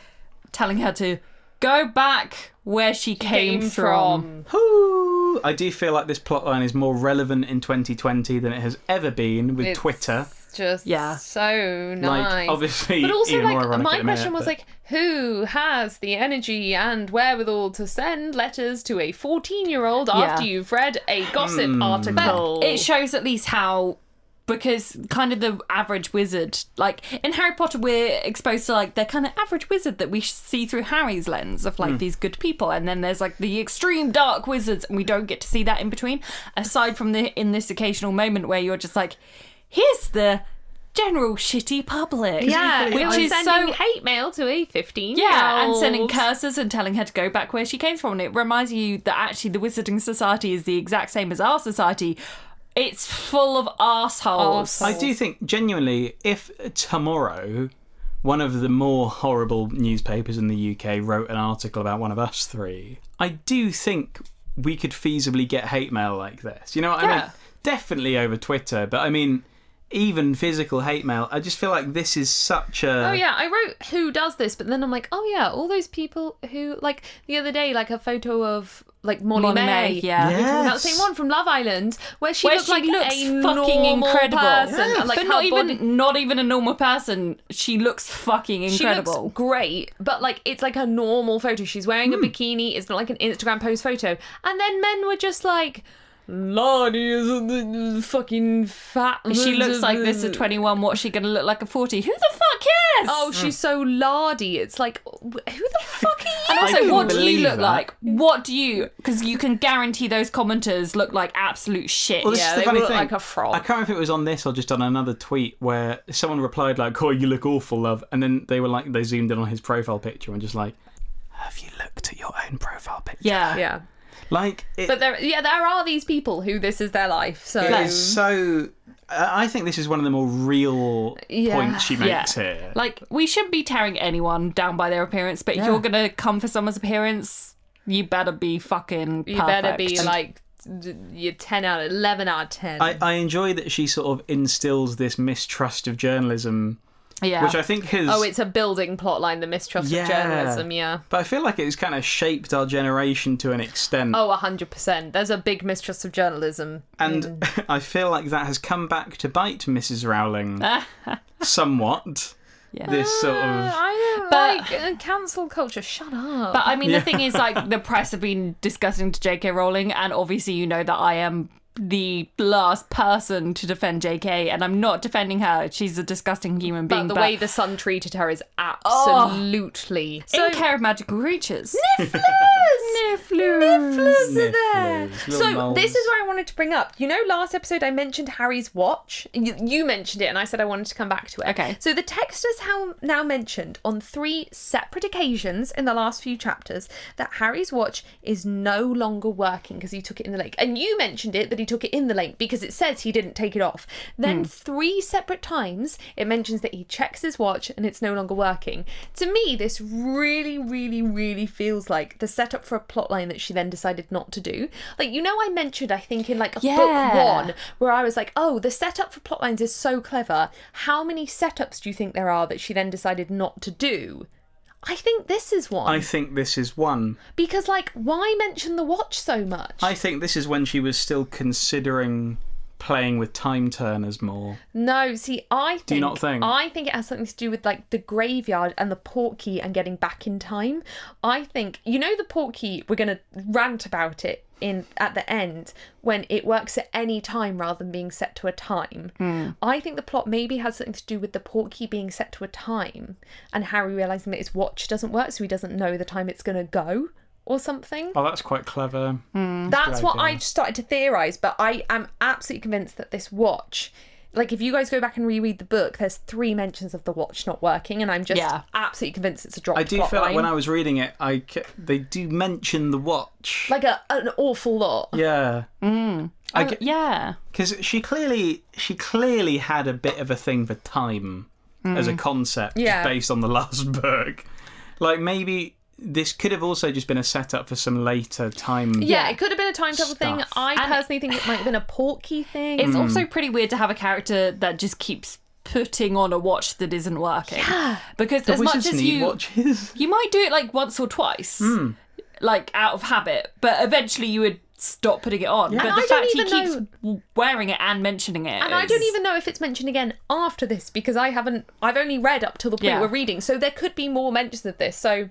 B: telling her to go back where she came,
A: Came
B: from.
A: from.
C: Ooh, I do feel like this plotline is more relevant in 2020 than it has ever been with
A: It's
C: Twitter.
A: Just
B: Yeah.
A: so
C: Like,
A: nice.
C: obviously,
A: but also
C: even more
A: like
C: ironic
A: my
C: at the minute,
A: question was
C: but-
A: like who has the energy and wherewithal to send letters to a 14 year old after
B: Yeah.
A: you've read a gossip
C: Hmm.
B: But
A: article
B: it shows at least how because kind of the average wizard like in harry potter we're exposed to like the kind of average wizard that we sh- see through harry's lens of like these good people and then there's like the extreme dark wizards and we don't get to see that in between aside from the in this occasional moment where you're just like here's the general shitty public
A: yeah
B: which
A: which
B: is
A: sending
B: so
A: hate mail to a 15
B: yeah, and sending curses and telling her to go back where she came from. And it reminds you that actually the Wizarding Society is the exact same as our society. It's full of assholes.
A: Arseholes.
C: I do think, genuinely, if tomorrow one of the more horrible newspapers in the UK wrote an article about one of us three, I do think we could feasibly get hate mail like this. You know what I
B: Yeah.
C: mean? Definitely over Twitter, but I mean, even physical hate mail, I just feel like this is such a.
A: Oh yeah, I wrote who does this, but then I'm like, oh yeah, all those people who like the other day, like a photo of like Molly,
B: Molly
A: May,
B: May, yeah.
A: We're talking about the
C: Yes.
A: same one from Love Island, where she
B: Where
A: looked
B: she
A: like
B: looks
A: a
B: fucking
A: normal
B: incredible.
A: person, and, like
B: but
A: her
B: not even
A: body-
B: not even a normal person. She looks fucking
A: She
B: incredible. Hmm.
A: looks great, but like it's like a normal photo. She's wearing a bikini. It's not like an Instagram post photo. And then men were just like, Lani is a- the- the fucking fat.
B: she looks like this at 21. What's she going to look like at 40? Who the fuck cares?
A: Oh, she's
B: hmm.
A: so lardy. It's like, who the fuck are you?
B: And also,
C: couldn't
B: what do you
C: believe
B: look
C: that.
B: like? What do you? Because you can guarantee those commenters look like absolute shit.
C: Well, this
A: Yeah,
C: is
A: they
C: the funny
A: look
C: thing.
A: like a frog.
C: I can't remember if it was on this or just on another tweet where someone replied like, "Oh, you look awful, love," and then they were like, they zoomed in on his profile picture and just like, "Have you looked at your own profile picture?"
B: yeah.
A: Yeah,
C: Like, it,
A: but there, yeah, there are these people who this is their life. So
C: It is so. I I think this is one of the more real
A: Yeah.
C: points she makes here.
B: Like, we shouldn't be tearing anyone down by their appearance, but if
C: Yeah.
B: you're gonna come for someone's appearance, you better be fucking.
A: you better
B: perfect.
A: be like, d- you're ten out, of, eleven out of ten.
C: I, I enjoy that she sort of instills this mistrust of journalism,
B: yeah.
C: which I think has.
A: oh, it's a building plotline. The mistrust
C: Yeah.
A: of journalism. Yeah.
C: But I feel like it's kind of shaped our generation to an extent.
A: Oh, 100%. There's a big mistrust of journalism.
C: And I feel like that has come back to bite Mrs. Rowling somewhat.
B: Yeah.
C: This sort of.
A: I don't
B: But-
A: like uh, cancel culture. Shut up.
B: but I mean, the thing is, like, the press have been discussing to J.K. Rowling, and obviously, you know that I am the last person to defend J.K. and I'm not defending her. She's a disgusting human being.
A: But the
B: but
A: way the sun treated her is absolutely.
B: in care of magical creatures.
A: Nifflers! Nifflers are there!
C: Nifflers, little
A: So,
C: moles.
A: this is what I wanted to bring up. You know, last episode I mentioned Harry's watch. You, you mentioned it, and I said I wanted to come back to it.
B: Okay.
A: So, the text is how, now mentioned on three separate occasions in the last few chapters that Harry's watch is no longer working because he took it in the lake. And you mentioned it that he actually took it in the link because it says he didn't take it off. Then three separate times it mentions that he checks his watch and it's no longer working. To me, this really, really, really feels like the setup for a plotline that she then decided not to do. Like you know, I mentioned I think in like book
B: Yeah.
A: one where I was like, oh, the setup for plotlines is so clever. How many setups do you think there are that she then decided not to do? I think this is one.
C: I think this is one.
A: Because, like, why mention the watch so much?
C: I think this is when she was still considering playing with time turners more.
A: No, see, I think,
C: you not think?
A: I think it has something to do with like the graveyard and the portkey and getting back in time. I think you know the portkey. We're gonna rant about it in at the end when it works at any time rather than being set to a time.
C: Hmm.
A: I think the plot maybe has something to do with the portkey being set to a time and Harry realizing that his watch doesn't work, so he doesn't know the time it's gonna go or something.
C: Oh, that's quite clever.
A: That's
C: good
A: what
C: idea.
A: I started to theorize, but I am absolutely convinced that this watch, like if you guys go back and reread the book, there's three mentions of the watch not working, and I'm just
B: Yeah.
A: absolutely convinced it's a drop.
C: I do feel like when I was reading it, I ke- they do mention the watch.
A: like a, an awful lot.
C: yeah,
A: Mm.
C: I
B: Oh,
C: ge-
B: yeah.
C: because she clearly she clearly had a bit of a thing for time as a concept, just
A: Mm. Yeah.
C: based on the last book. Like maybe this could have also just been a setup for some later time.
A: Yeah, it could have been a time travel thing.
C: Stuff.
A: I
B: And-
A: personally think it might have been a porky thing.
B: It's also pretty weird to have a character that just keeps putting on a watch that isn't working. Because as much
C: Wizards
B: as
C: need
B: you
C: watches.
B: you might do it like once or twice, like out of habit, but eventually you would stop putting it on. But
A: And
B: the
A: I don't
B: fact he
A: even
B: keeps wearing it and mentioning it,
A: and I
B: is-
A: don't even know if it's mentioned again after this because I haven't. I've only read up till the point
B: Yeah.
A: we're reading, so there could be more mentions of this. So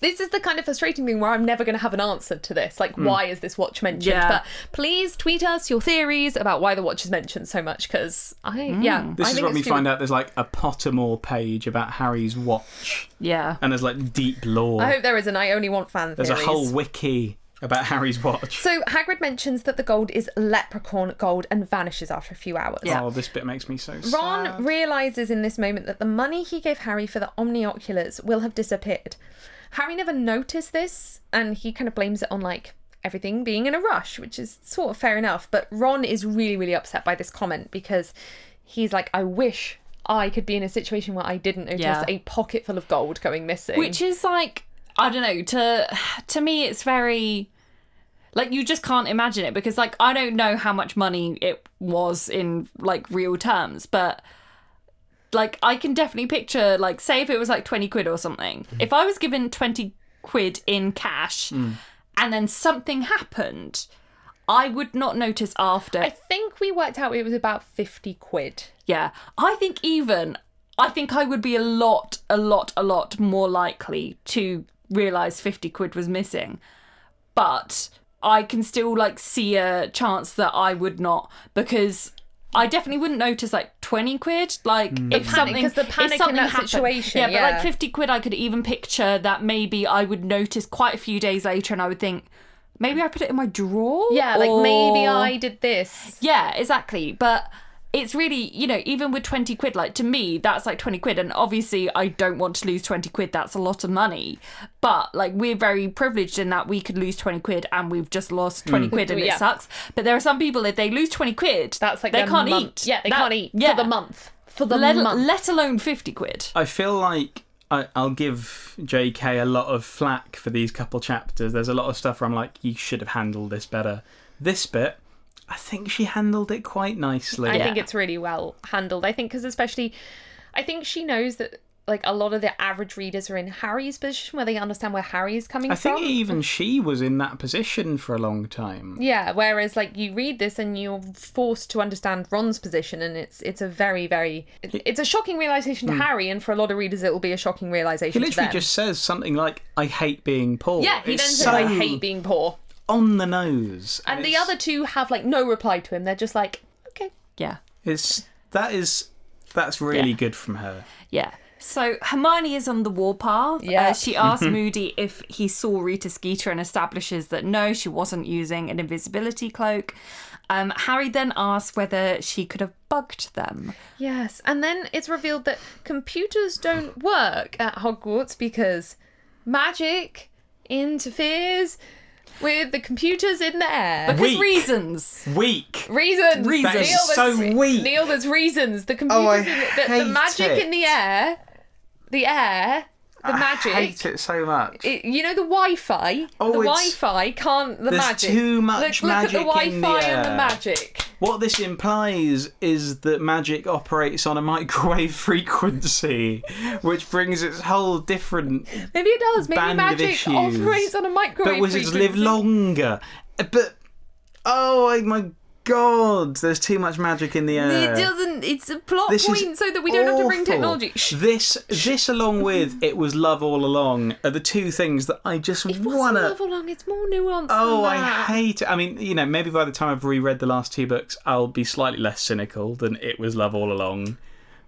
A: this is the kind of frustrating thing where I'm never going to have an answer to this. Like,
C: Hmm.
A: why is this watch mentioned?
B: Yeah.
A: But please tweet us your theories about why the watch is mentioned so much because I yeah.
C: Hmm. This
A: I
C: is
A: think
C: when
A: it's
C: we
A: too-
C: find out there's like a Pottermore page about Harry's watch,
B: Yeah.
C: and there's like deep lore.
A: I hope there isn't. I only want fan
C: there's a
A: theories.
C: whole wiki about Harry's watch.
A: So Hagrid mentions that the gold is leprechaun gold and vanishes after a few hours.
B: Yeah.
C: Oh, this bit makes me so sad.
A: Ron realizes in this moment that the money he gave Harry for the omnioculars will have disappeared. Harry never noticed this, and he kind of blames it on like everything being in a rush, which is sort of fair enough. But Ron is really, really upset by this comment because he's like, I wish I could be in a situation where I didn't notice
B: Yeah.
A: a pocket full of gold going missing.
B: Which is like I don't know, to to me it's very like you just can't imagine it because like I don't know how much money it was in like real terms, but like I can definitely picture like say if it was like 20 quid or something. If I was given 20 quid in cash and then something happened, I would not notice after.
A: I think we worked out it was about 50 quid.
B: Yeah. I think even I think I would be a lot, a lot, a lot more likely to realise fifty quid was missing. But I can still like see a chance that I would not because I definitely wouldn't notice like twenty quid. Like if something
A: 'cause Mm. the
B: if
A: panic in
B: something
A: that
B: happened-
A: situation,
B: Yeah, but
A: yeah.
B: like fifty quid I could even picture that maybe I would notice quite a few days later and I would think, maybe I put it in my drawer.
A: Yeah, like maybe
B: or-
A: I did this.
B: yeah, exactly. But it's really, you know, even with 20 quid, like to me, that's like 20 quid. And obviously, I don't want to lose 20 quid. That's a lot of money. But like, we're very privileged in that we could lose 20 quid and we've just lost 20 quid and
A: Mm. Yeah.
B: it sucks. But there are some people, if they lose 20 quid,
A: That's like
B: they
A: their
B: can't
A: month-
B: eat.
A: Yeah, they
B: That-
A: can't eat
B: yeah.
A: for the month. For the
B: Let,
A: month.
B: let alone 50 quid.
C: I feel like I, I'll give JK a lot of flack for these couple chapters. There's a lot of stuff where I'm like, you should have handled this better. This bit, I think she handled it quite nicely.
A: I think it's really well handled. I think because especially, I think she knows that like a lot of the average readers are in Harry's position where they understand where Harry is coming
C: I think
A: from.
C: even she was in that position for a long time.
A: yeah, whereas like you read this and you're forced to understand Ron's position, and it's it's a very very it- it's a shocking realization to Harry, and for a lot of readers it will be a shocking
C: Hmm. He
A: realization. to
C: literally
A: them.
C: just says something like, I hate being poor.
A: yeah, he
C: It's
A: then says
C: so
A: I hate being poor,
C: on the nose.
A: and the
C: it's-
A: other two have like no reply to him. They're just like okay.
B: Yeah.
C: It's, that is, that's really
B: Yeah.
C: good from her.
B: Yeah. So Hermione is on the warpath.
A: Yeah.
B: Uh, she asks Moody if he saw Rita Skeeter and establishes that no, she wasn't using an invisibility cloak. Um, Harry then asks whether she could have bugged them.
A: Yes, and then it's revealed that computers don't work at Hogwarts because magic interferes with the computers in the air.
B: Because
C: Weak.
B: reasons.
C: Weak.
A: Reasons.
B: Reasons. That is
C: so weak.
A: Neil, there's reasons. The computers
C: Oh, I
A: in the, the, the
C: hate
A: magic
C: it.
A: in the air. The air. The magic.
C: I hate it so much.
A: it- you know the Wi-Fi.
C: Oh,
A: the
C: it's-
A: Wi-Fi can't. The
C: there's
A: magic.
C: too much
A: look,
C: magic
A: Look at the
C: in the
A: Wi-Fi and the
C: air.
A: magic.
C: What this implies is that magic operates on a microwave frequency, which brings its whole different.
A: Maybe it does. Maybe
C: Band of
A: magic
C: issues.
A: operates on a microwave.
C: But wizards live
A: frequency.
C: longer. Uh, But oh my god, there's too much magic in the air.
A: It doesn't. It's a plot
C: This is
A: point so that we don't have to bring
C: awful.
A: technology. Shh.
C: This, this along with it was love all along are the two things that I just
A: It wasn't
C: wanna.
A: level long. It's more nuanced.
C: Oh,
A: than
C: I
A: that.
C: hate it. I mean, you know, maybe by the time I've reread the last two books, I'll be slightly less cynical than it was love all along.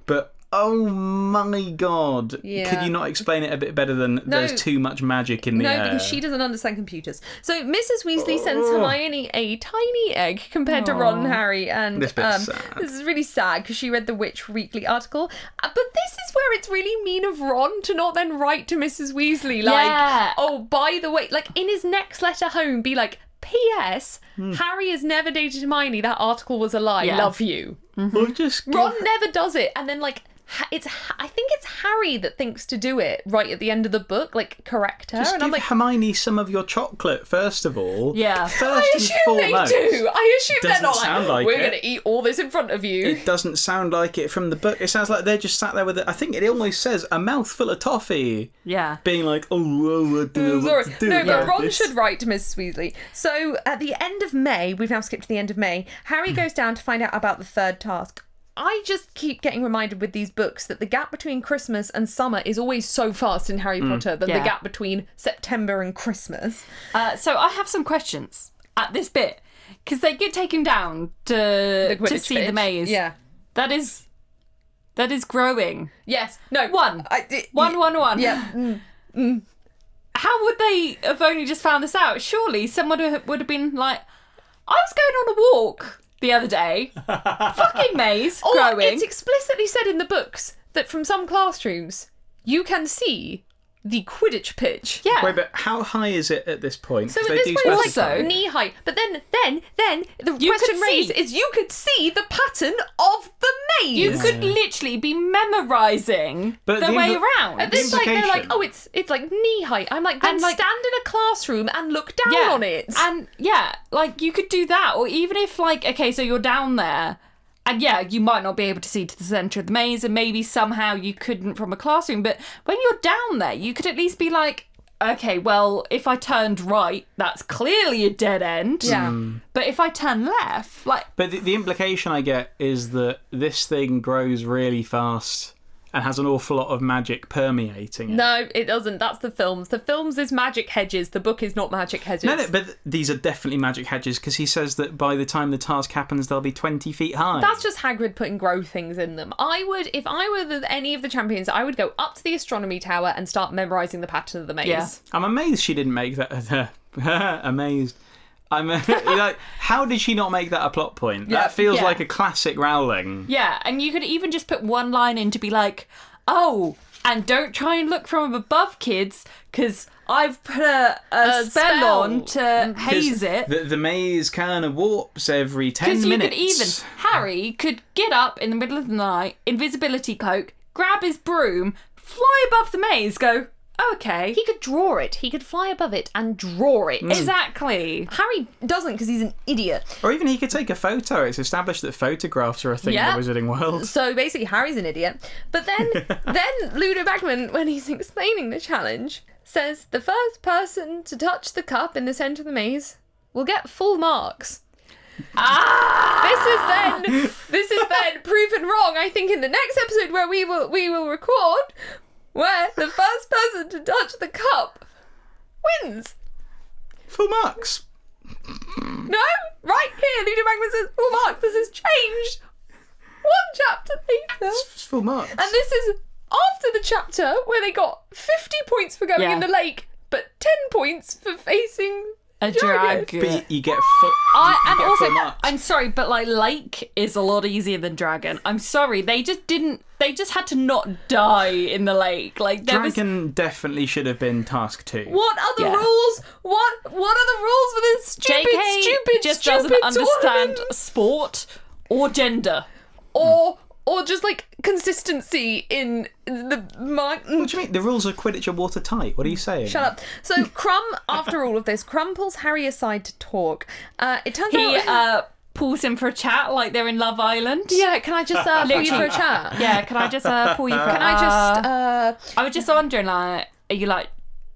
C: But oh my god, could
A: Yeah.
C: you not explain it a bit better than there's too much magic in the
A: No,
C: air?
A: because she doesn't understand computers. So Mrs. Weasley
C: Oh.
A: sends Hermione a tiny egg compared to Ron and Harry, and
C: This bit's
A: um,
C: sad.
A: this is really sad because she read the Witch Weekly article. Uh, But this is where it's really mean of Ron to not then write to Mrs. Weasley like,
B: Yeah.
A: "Oh, by the way," like in his next letter home, be like. P.S.
C: Hmm.
A: Harry has never dated Hermione. That article was a lie.
B: Yeah.
A: Love you.
C: Well, just give-
A: Ron never does it, and then like ha- it's Ha- I think it's Harry that thinks to do it right at the end of the book, like correct her,
C: just
A: and
C: give
A: I'm like,
C: Hermione some of your chocolate first of all.
B: Yeah.
C: First
A: I
C: and
A: assume they
C: foremost.
A: do. I assume they're
C: Doesn't
A: not like,
C: sound like
A: we're
C: it.
A: going to eat all this in front of you.
C: It doesn't sound like it from the book. It sounds like they're just sat there with it. I think it almost says a mouthful of toffee,
B: Yeah.
C: being like, "Oh, oh I don't know
A: Mm, Sorry.
C: what to do
A: No, but
C: about
A: Ron
C: this."
A: should write to Mrs. Weasley. So at the end of May, we've now skipped to the end of May, Harry goes down to find out about the third task. I just keep getting reminded with these books that the gap between Christmas and summer is always so fast in
C: Mm.
A: Harry Potter than the
B: Yeah.
A: gap between September and Christmas.
B: Uh, so I have some questions at this bit because they get taken down to to
A: Quidditch
B: see the
A: pitch.
B: maze.
A: Yeah.
B: That is that is growing.
A: Yes. No.
B: One.
A: I, it,
B: One, one, one.
A: Yeah. Mm.
B: How would they have only just found this out? Surely someone who would have been like, I was going on a walk the other day. Fucking maze
A: Or
B: growing.
A: It's explicitly said in the books that from some classrooms you can see the Quidditch pitch.
B: yeah.
C: Wait, but how high is it at this point?
A: So
C: 'Cause
A: at
C: they
A: this
C: do
A: point, it's
C: specify.
A: like knee high. But then, then, then the
B: You
A: question
B: could
A: raised
B: see.
A: is you could see the pattern of the maze.
B: you could literally be memorizing
C: But
B: the
C: the
B: way
C: impl-
B: around.
A: At this point, they're like,
C: implication.
A: oh, it's it's like knee high. I'm like, then
B: And, like-
A: stand in a classroom and look down on it.
B: And yeah, like you could do that, or even if like okay, so you're down there, and yeah, you might not be able to see to the center of the maze, and maybe somehow you couldn't from a classroom. But when you're down there, you could at least be like, okay, well, if I turned right, that's clearly a dead end.
A: yeah.
B: But if I turn left, like
C: But the, the implication I get is that this thing grows really fast and has an awful lot of magic permeating it.
A: No, it doesn't. That's the films. The films is magic hedges. The book is not magic hedges.
C: No, no, but th- these are definitely magic hedges because he says that by the time the task happens, they'll be 20 feet high.
A: That's just Hagrid putting grow things in them. I would, if I were the, any of the champions, I would go up to the astronomy tower and start memorizing the pattern of the maze.
B: Yeah.
C: I'm amazed she didn't make that. amazed. I'm like, how did she not make that a plot point?
A: Yeah,
C: that feels
B: yeah.
C: like a classic Rowling.
B: yeah, and you could even just put one line in to be like, oh. And don't try and look from above, kids, because I've put a, a,
A: A
B: spell,
A: spell. Mm.
B: on to
C: 'Cause
B: haze it.
C: The, the maze kind of warps every 10
B: Because you could
C: minutes.
B: even Harry could get up in the middle of the night, invisibility cloak, grab his broom, fly above the maze, go, "Oh, okay. Mm.
A: He could draw it. He could fly above it and draw it.
B: Exactly.
A: Harry doesn't because he's an idiot.
C: Or even he could take a photo. It's established that photographs are a thing
A: Yeah.
C: in the Wizarding World.
A: So basically, Harry's an idiot. But then, then Ludo Bagman, when he's explaining the challenge, says the first person to touch the cup in the centre of the maze will get full marks. Ah! This is then this is then proven wrong. I think in the next episode where we will we will record, where the first person to touch the cup wins.
C: Full marks.
A: No, right here, Ludo Bagman says full marks. This has changed. One chapter later.
C: It's full marks.
A: And this is after the chapter where they got 50 points for going
B: Yeah.
A: in the lake, but 10 points for facing
B: a dragon.
C: But you get full.
B: I,
C: you
B: and
C: get
B: also,
C: full marks.
B: I'm sorry, but like lake is a lot easier than dragon. I'm sorry, they just didn't. They just had to not die in the lake. Like there was
C: Dragon definitely should have been task two.
A: What are the
B: Yeah.
A: rules? What What are the rules for this stupid,
B: JK
A: stupid,
B: just
A: stupid
B: doesn't understand
A: tournament?
B: sport or gender.
A: or or just like consistency in the mark.
C: What do you mean? The rules of Quidditch are watertight. What are you saying?
A: Mm. Shut up. So Crumb, after all of this, Crumb pulls Harry aside to talk. Uh, it turns
B: He
A: out.
B: uh, pulls him for a chat, like they're in Love Island.
A: yeah, can I just uh, pull you for a
B: Literally.
A: chat?
B: Yeah, can I just uh, pull you? For,
A: Can I just?
B: Uh,
A: Uh,
B: I was just wondering, like, are you like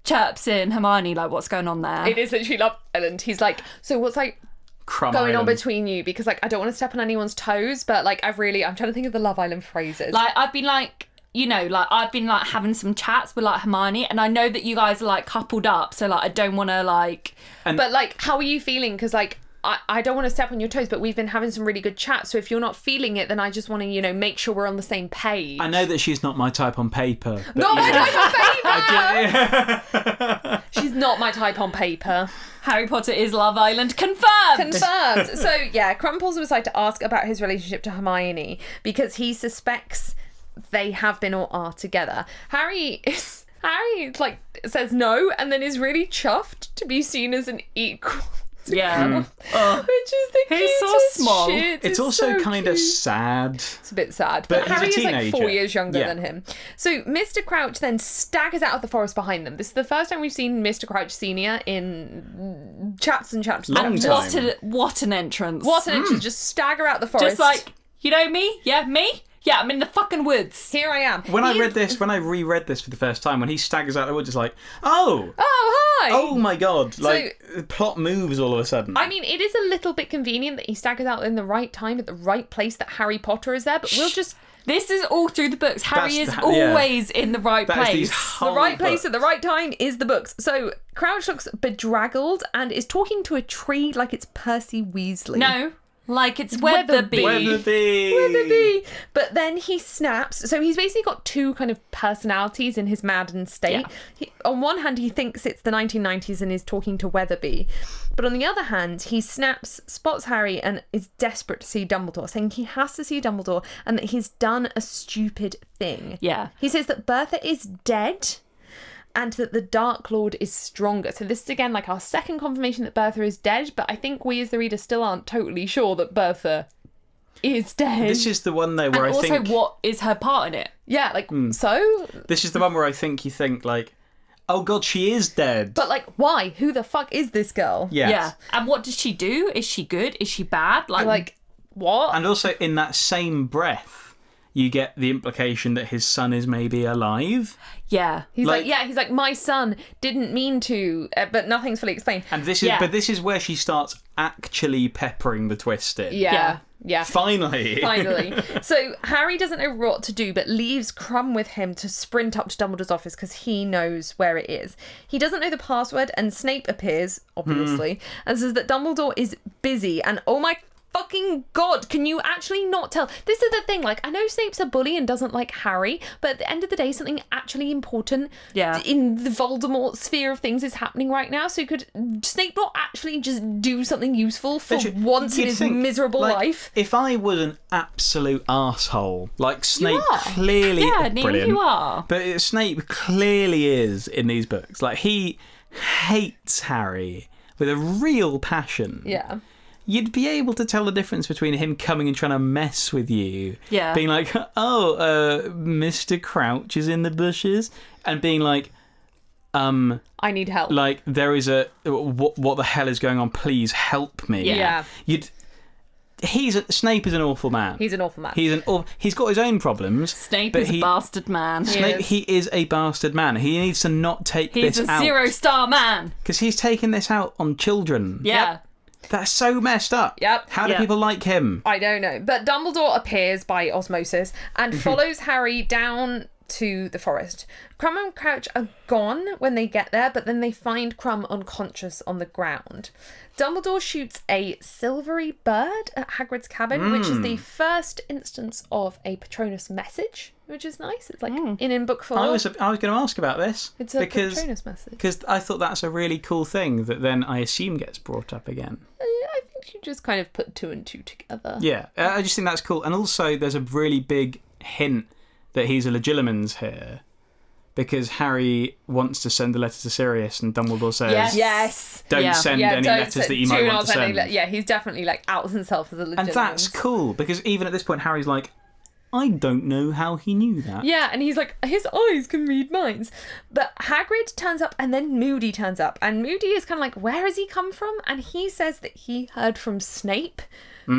B: chirps in Hermione? Like, what's going on there?
A: it is literally Love Island. He's like, so what's like
C: Crumb
A: going on
C: Island.
A: between you? Because like I don't want to step on anyone's toes, but like I've really I'm trying to think of the Love Island phrases.
B: Like, I've been like. You know, like I've been like having some chats with like Hermione, and I know that you guys are like coupled up, so like I don't want to like
A: But like, how are you feeling? Because like, I, I don't want to step on your toes, but we've been having some really good chats. So if you're not feeling it, then I just want to you know make sure we're on the same page.
C: I know that she's not my type on paper. but
A: Not my
C: yeah.
A: type on paper. She's not my type on paper.
B: Harry Potter is Love Island confirmed.
A: Confirmed. so yeah, Crumples was like to ask about his relationship to Hermione because he suspects they have been or are together. Harry is Harry like says no and then is really chuffed to be seen as an equal. to
B: Yeah.
C: Hmm.
A: Crumb, which is the
B: He's so
A: cutest
B: small.
A: shit.
C: It's also
A: so
C: kind
A: cute.
C: of sad.
A: It's a bit sad. But,
C: But he's a
A: Harry is like four
C: teenager.
A: years younger
C: Yeah.
A: than him. So Mr. Crouch then staggers out of the forest behind them. This is the first time we've seen Mr. Crouch Senior in chapters and chapters. and
C: Long
A: chapters.
C: time.
B: What, a, what an entrance.
A: What an entrance. Just stagger out the forest.
B: Just like, you know me? Yeah, me? Yeah, I'm in the fucking woods.
A: here I am.
C: When I
A: He's-
C: read this, when I reread this for the first time, when he staggers out the woods, it's like, oh,
A: oh hi.
C: oh my god! Like the plot moves all of a sudden.
A: I mean, it is a little bit convenient that he staggers out in the right time at the right place that Harry Potter is there, but we'll just
B: This is all through the books. Harry
C: That's
B: is
C: the- yeah.
B: always in the right
C: That is
B: place.
C: these whole
A: the right place
C: books.
A: at the right time is the books. So Crouch looks bedraggled and is talking to a tree like it's Percy Weasley.
B: no, like it's
A: Weatherby.
B: Weatherby.
C: Weatherby.
A: Weatherby. But then he snaps. So he's basically got two kind of personalities in his maddened state.
B: Yeah.
A: He, on one hand, he thinks it's the 1990s and is talking to Weatherby. But on the other hand, he snaps, spots Harry, and is desperate to see Dumbledore, saying he has to see Dumbledore and that he's done a stupid thing.
B: Yeah.
A: He says that Bertha is dead and that the Dark Lord is stronger. So this is again like our second confirmation that Bertha is dead, but I think we as the reader still aren't totally sure that Bertha is dead.
C: This is the one though where
B: And
C: I
B: also,
C: think
B: what is her part in it?
A: yeah, like
C: Hmm.
A: so,
C: this is the one where I think you think like, oh god, she is dead.
A: but like why? Who the fuck is this girl?
C: yes.
B: Yeah. And what does she do? Is she good? Is she bad? Like,
A: Like what?
C: And also in that same breath, you get the implication that his son is maybe alive.
B: yeah.
A: he's like,
C: like-
A: yeah, he's like my son didn't mean to, uh, but nothing's fully explained.
C: And this is
B: Yeah.
C: but this is where she starts actually peppering the twist in.
A: Yeah. Yeah.
B: Yeah.
C: Finally.
A: Finally. so Harry doesn't know what to do, but leaves Crumb with him to sprint up to Dumbledore's office because he knows where it is. He doesn't know the password, and Snape appears, obviously,
C: Hmm.
A: and says that Dumbledore is busy. And oh my fucking god, can you actually not tell? This is the thing, like, I know Snape's a bully and doesn't like Harry, but at the end of the day, something actually important
B: Yeah.
A: in the Voldemort sphere of things is happening right now. So could Snape not actually just do something useful for
C: Literally,
A: once in
C: you'd
A: his
C: think,
A: miserable
C: like,
A: life?
C: If I was an absolute asshole, like Snape
A: are.
C: clearly,
B: Yeah, Neil,
C: brilliant,
B: you are.
C: But it- Snape clearly is in these books. Like he hates Harry with a real passion.
A: Yeah.
C: You'd be able to tell the difference between him coming and trying to mess with you,
B: Yeah.
C: being like, "Oh, uh, Mr. Crouch is in the bushes," and being like, "Um,
A: I need help.
C: like there is a what what the hell is going on please help me
B: Yeah.
A: Yeah.
C: you'd he's a, snape is an awful man
A: He's an awful man.
C: he's an aw- he's got his own problems
B: Snape
C: but
B: is
C: he,
B: a bastard man.
C: Snape,
A: Yes.
C: he is a bastard man he needs to not take
B: He's
C: this
B: a
C: out
B: zero star man.
C: because he's taking this out on children
B: Yeah.
C: that's so messed up
A: Yep.
C: how do
B: Yeah.
C: people like him Mhm.
A: I don't know. But Dumbledore appears by osmosis and follows Harry down to the forest. Crumb and Crouch are gone when they get there, but then they find Crumb unconscious on the ground. Dumbledore shoots a silvery bird at Hagrid's cabin, which is
C: Hmm.
A: the first instance of a Patronus message, which is nice. It's like in in book form.
C: Hmm. I was I was going to ask about this
A: it's a
C: because
A: Patronus message.
C: because I thought that's a really cool thing that then I assume gets brought up again.
A: Uh, I think you just kind of put two and two together.
C: Yeah, uh, I just think that's cool. And also, there's a really big hint that he's a legilimens here because Harry wants to send a letter to Sirius, and Dumbledore says,
A: Yes.
B: Yes.
C: "Don't
B: Yeah.
C: send
A: Yeah,
C: any
A: don't
C: letters
A: send-
C: that you
A: do
C: might
A: not
C: want to
A: send any
C: send."
A: le- yeah, he's definitely like outs himself as a
C: and
A: legitimate.
C: that's cool because even at this point, Harry's like, "I don't know how he knew that."
A: Yeah, and he's like, his eyes can read minds. But Hagrid turns up and then Moody turns up. And Moody is kind of like, where has he come from? And he says that he heard from Snape,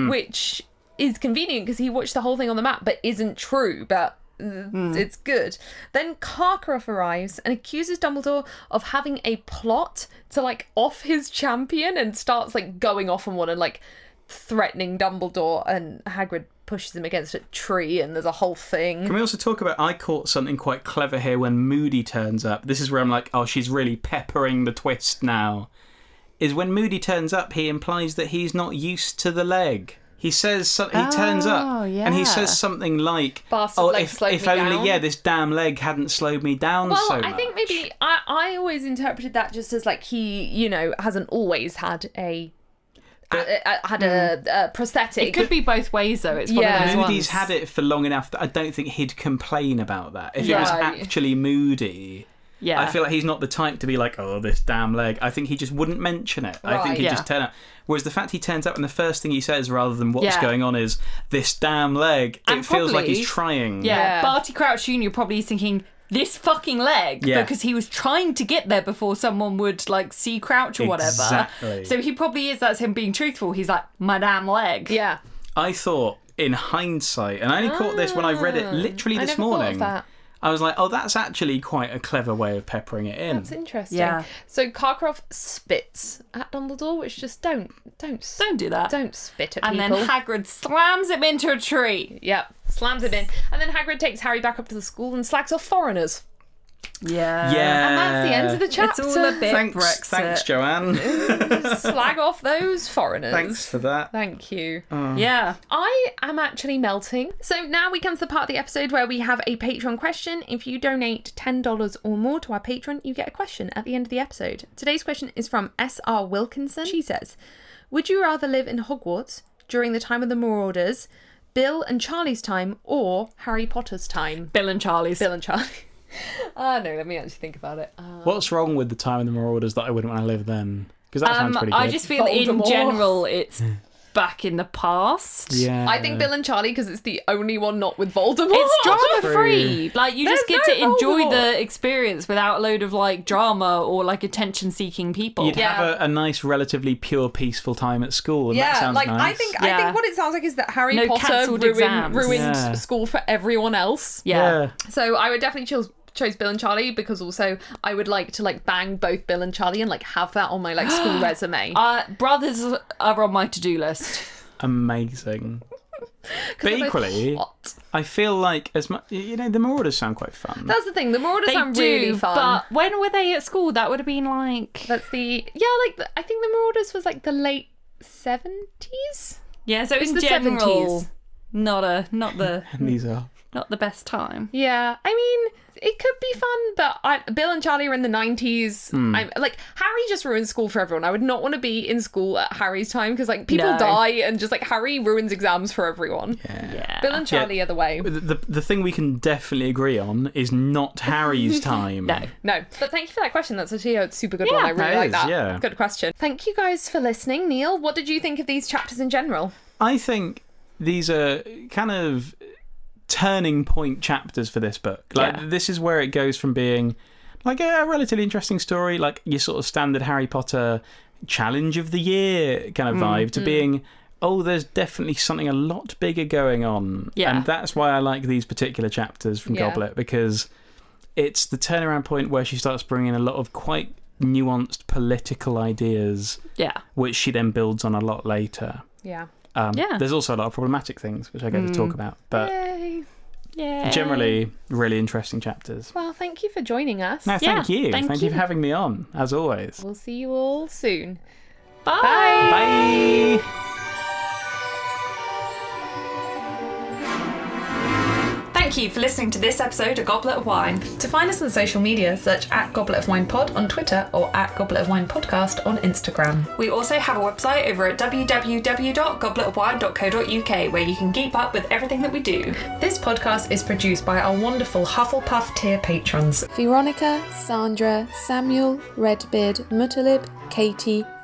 A: which is convenient because he watched the whole thing on the map, but isn't true. But th- it's good. Then Karkaroff arrives and accuses Dumbledore of having a plot to like off his champion and starts like going off on one and like threatening Dumbledore. And Hagrid pushes him against a tree and there's a whole thing.
C: Can we also talk about? I caught something quite clever here when Moody turns up. This is where I'm like, oh, she's really peppering the twist now. Is when Moody turns up, he implies that he's not used to the leg. He says so- he turns
B: Oh,
C: up and
B: yeah.
C: he says something like,
A: Bastard
C: "Oh,
A: leg
C: if,
A: slowed
C: if
A: me
C: only
A: down."
C: yeah, this damn leg hadn't slowed me down
A: Well,
C: so much."
A: I think maybe I, I always interpreted that just as like he, you know, hasn't always had a, a, a- had a, a prosthetic.
B: mm. It could be both ways though. It's
A: Yeah.
B: yeah. one of those ones.
C: Moody's had it for long enough that I don't think he'd complain about that. If it was
A: Right.
C: actually Moody,
B: Yeah.
C: I feel like he's not the type to be like, oh, this damn leg. I think he just wouldn't mention it. I
A: Right.
C: think he'd
B: Yeah.
C: just turn up. Whereas the fact he turns up and the first thing he says rather than what's
B: Yeah.
C: going on is, this damn leg,
B: And
C: it feels like
B: probably-
C: he's trying.
B: yeah.
A: Yeah.
B: Barty Crouch Jr. probably is thinking this fucking leg
C: Yeah.
B: because he was trying to get there before someone would like see Crouch or whatever.
C: Exactly.
B: So he probably is. That's him being truthful. He's like, my damn leg.
A: yeah.
C: I thought in hindsight, and I only caught this when I read it literally
A: Ah. I
C: this
A: never thought of
C: morning.
A: that.
C: I was like, oh, that's actually quite a clever way of peppering it in.
A: It's interesting.
B: Yeah.
A: So Karkaroff spits at Dumbledore, which just don't don't s-
B: Don't do that.
A: don't spit at
B: and
A: people.
B: then Hagrid slams him into a tree.
A: yep. Slams him in, and then Hagrid takes Harry back up to the school and slags off foreigners.
B: Yeah.
C: yeah.
A: And that's the end of the chapter.
B: Uh, all a bit-
C: Thanks,
B: Brexit.
C: thanks, Joanne.
A: Slag off those foreigners.
C: thanks for that.
A: Thank you.
B: Yeah.
A: I am actually melting. So now we come to the part of the episode where we have a Patreon question. If you donate $10 or more to our Patreon, you get a question at the end of the episode. Today's question is from S.R. Wilkinson. She says, Would you rather live in Hogwarts during the time of the Marauders, Bill and Charlie's time, or Harry Potter's time?
B: Bill and Charlie's.
A: Bill and Charlie. Ah, no, let me actually think about it. Uh,
C: What's wrong with the time of the Marauders that I wouldn't want to live then? Because that sounds
B: Um,
C: pretty good.
B: I just feel in
A: Voldemort.
B: general it's back in the past.
C: yeah.
A: I think Bill and Charlie because it's the only one not with Voldemort.
B: It's drama free. Like you just
A: There's
B: get to
A: no
B: enjoy
A: Voldemort.
B: the experience without a load of like drama or like attention seeking people.
C: You'd
A: Yeah.
C: have a, a nice, relatively pure, peaceful time at school. And that
A: Yeah,
C: sounds
A: like I
C: nice.
A: think I
B: Yeah.
A: think what it sounds like is that Harry
B: No
A: Potter
B: cancelled
A: ruined,
B: exams.
A: ruined
C: Yeah.
A: school for everyone else.
B: yeah.
A: So I would definitely choose chose Bill and Charlie because also I would like to like bang both Bill and Charlie and like have that on my like school resume.
B: Uh, brothers are on my to do list.
C: amazing. But
A: They're both
C: equally,
A: hot.
C: I feel like as much you know, the Marauders sound quite fun.
A: that's the thing. The Marauders
B: They
A: sound
B: do,
A: really fun.
B: but when were they at school? That would have been like
A: That's the yeah, like the, I think the Marauders was like the late seventies.
B: yeah. So in
A: the
B: general,
A: 70s.
B: not a not the
C: And these are
B: not the best time.
A: Yeah, I mean, it could be fun, but I, Bill and Charlie are in the nineties.
C: Hmm.
A: I'm like Harry just ruins school for everyone. I would not want to be in school at Harry's time because like people
B: No.
A: die and just like Harry ruins exams for everyone.
B: Yeah.
A: Bill and Charlie are the way.
C: the, the the thing we can definitely agree on is not Harry's time.
B: No.
A: No, but thank you for that question. That's actually a super good one. I really
C: that
A: like
C: is,
A: that.
C: yeah.
A: Good question. Thank you guys for listening. Neil, what did you think of these chapters in general?
C: I think these are kind of turning point chapters for this book. Like
B: Yeah.
C: this is where it goes from being like a relatively interesting story, like your sort of standard Harry Potter challenge of the year kind of
B: Mm,
C: vibe, to being oh, there's definitely something a lot bigger going on.
B: Yeah.
C: And that's why I like these particular chapters from
A: Yeah.
C: Goblet because it's the turnaround point where she starts bringing a lot of quite nuanced political ideas,
B: Yeah.
C: which she then builds on a lot later.
A: Yeah.
C: Um,
B: Yeah.
C: There's also a lot of problematic things, which I get to talk about. But
A: Yay.
B: Yeah.
C: Generally, really interesting chapters.
A: Well, thank you for joining us.
C: No, thank
B: Yeah,
C: you.
B: thank
C: thank you for
B: you.
C: having me on, as always.
A: We'll see you all soon.
B: Bye.
C: Bye.
B: Thank you for listening to this episode of Goblet of Wine.
A: To find us on social media, search at Goblet of Wine Pod on Twitter or at Goblet of Wine Podcast on Instagram.
B: We also have a website over at www.gobletofwine.co.uk where you can keep up with everything that we do.
A: This podcast is produced by our wonderful Hufflepuff tier patrons.
E: Veronica, Sandra, Samuel, Redbeard, Mutalib, Katie,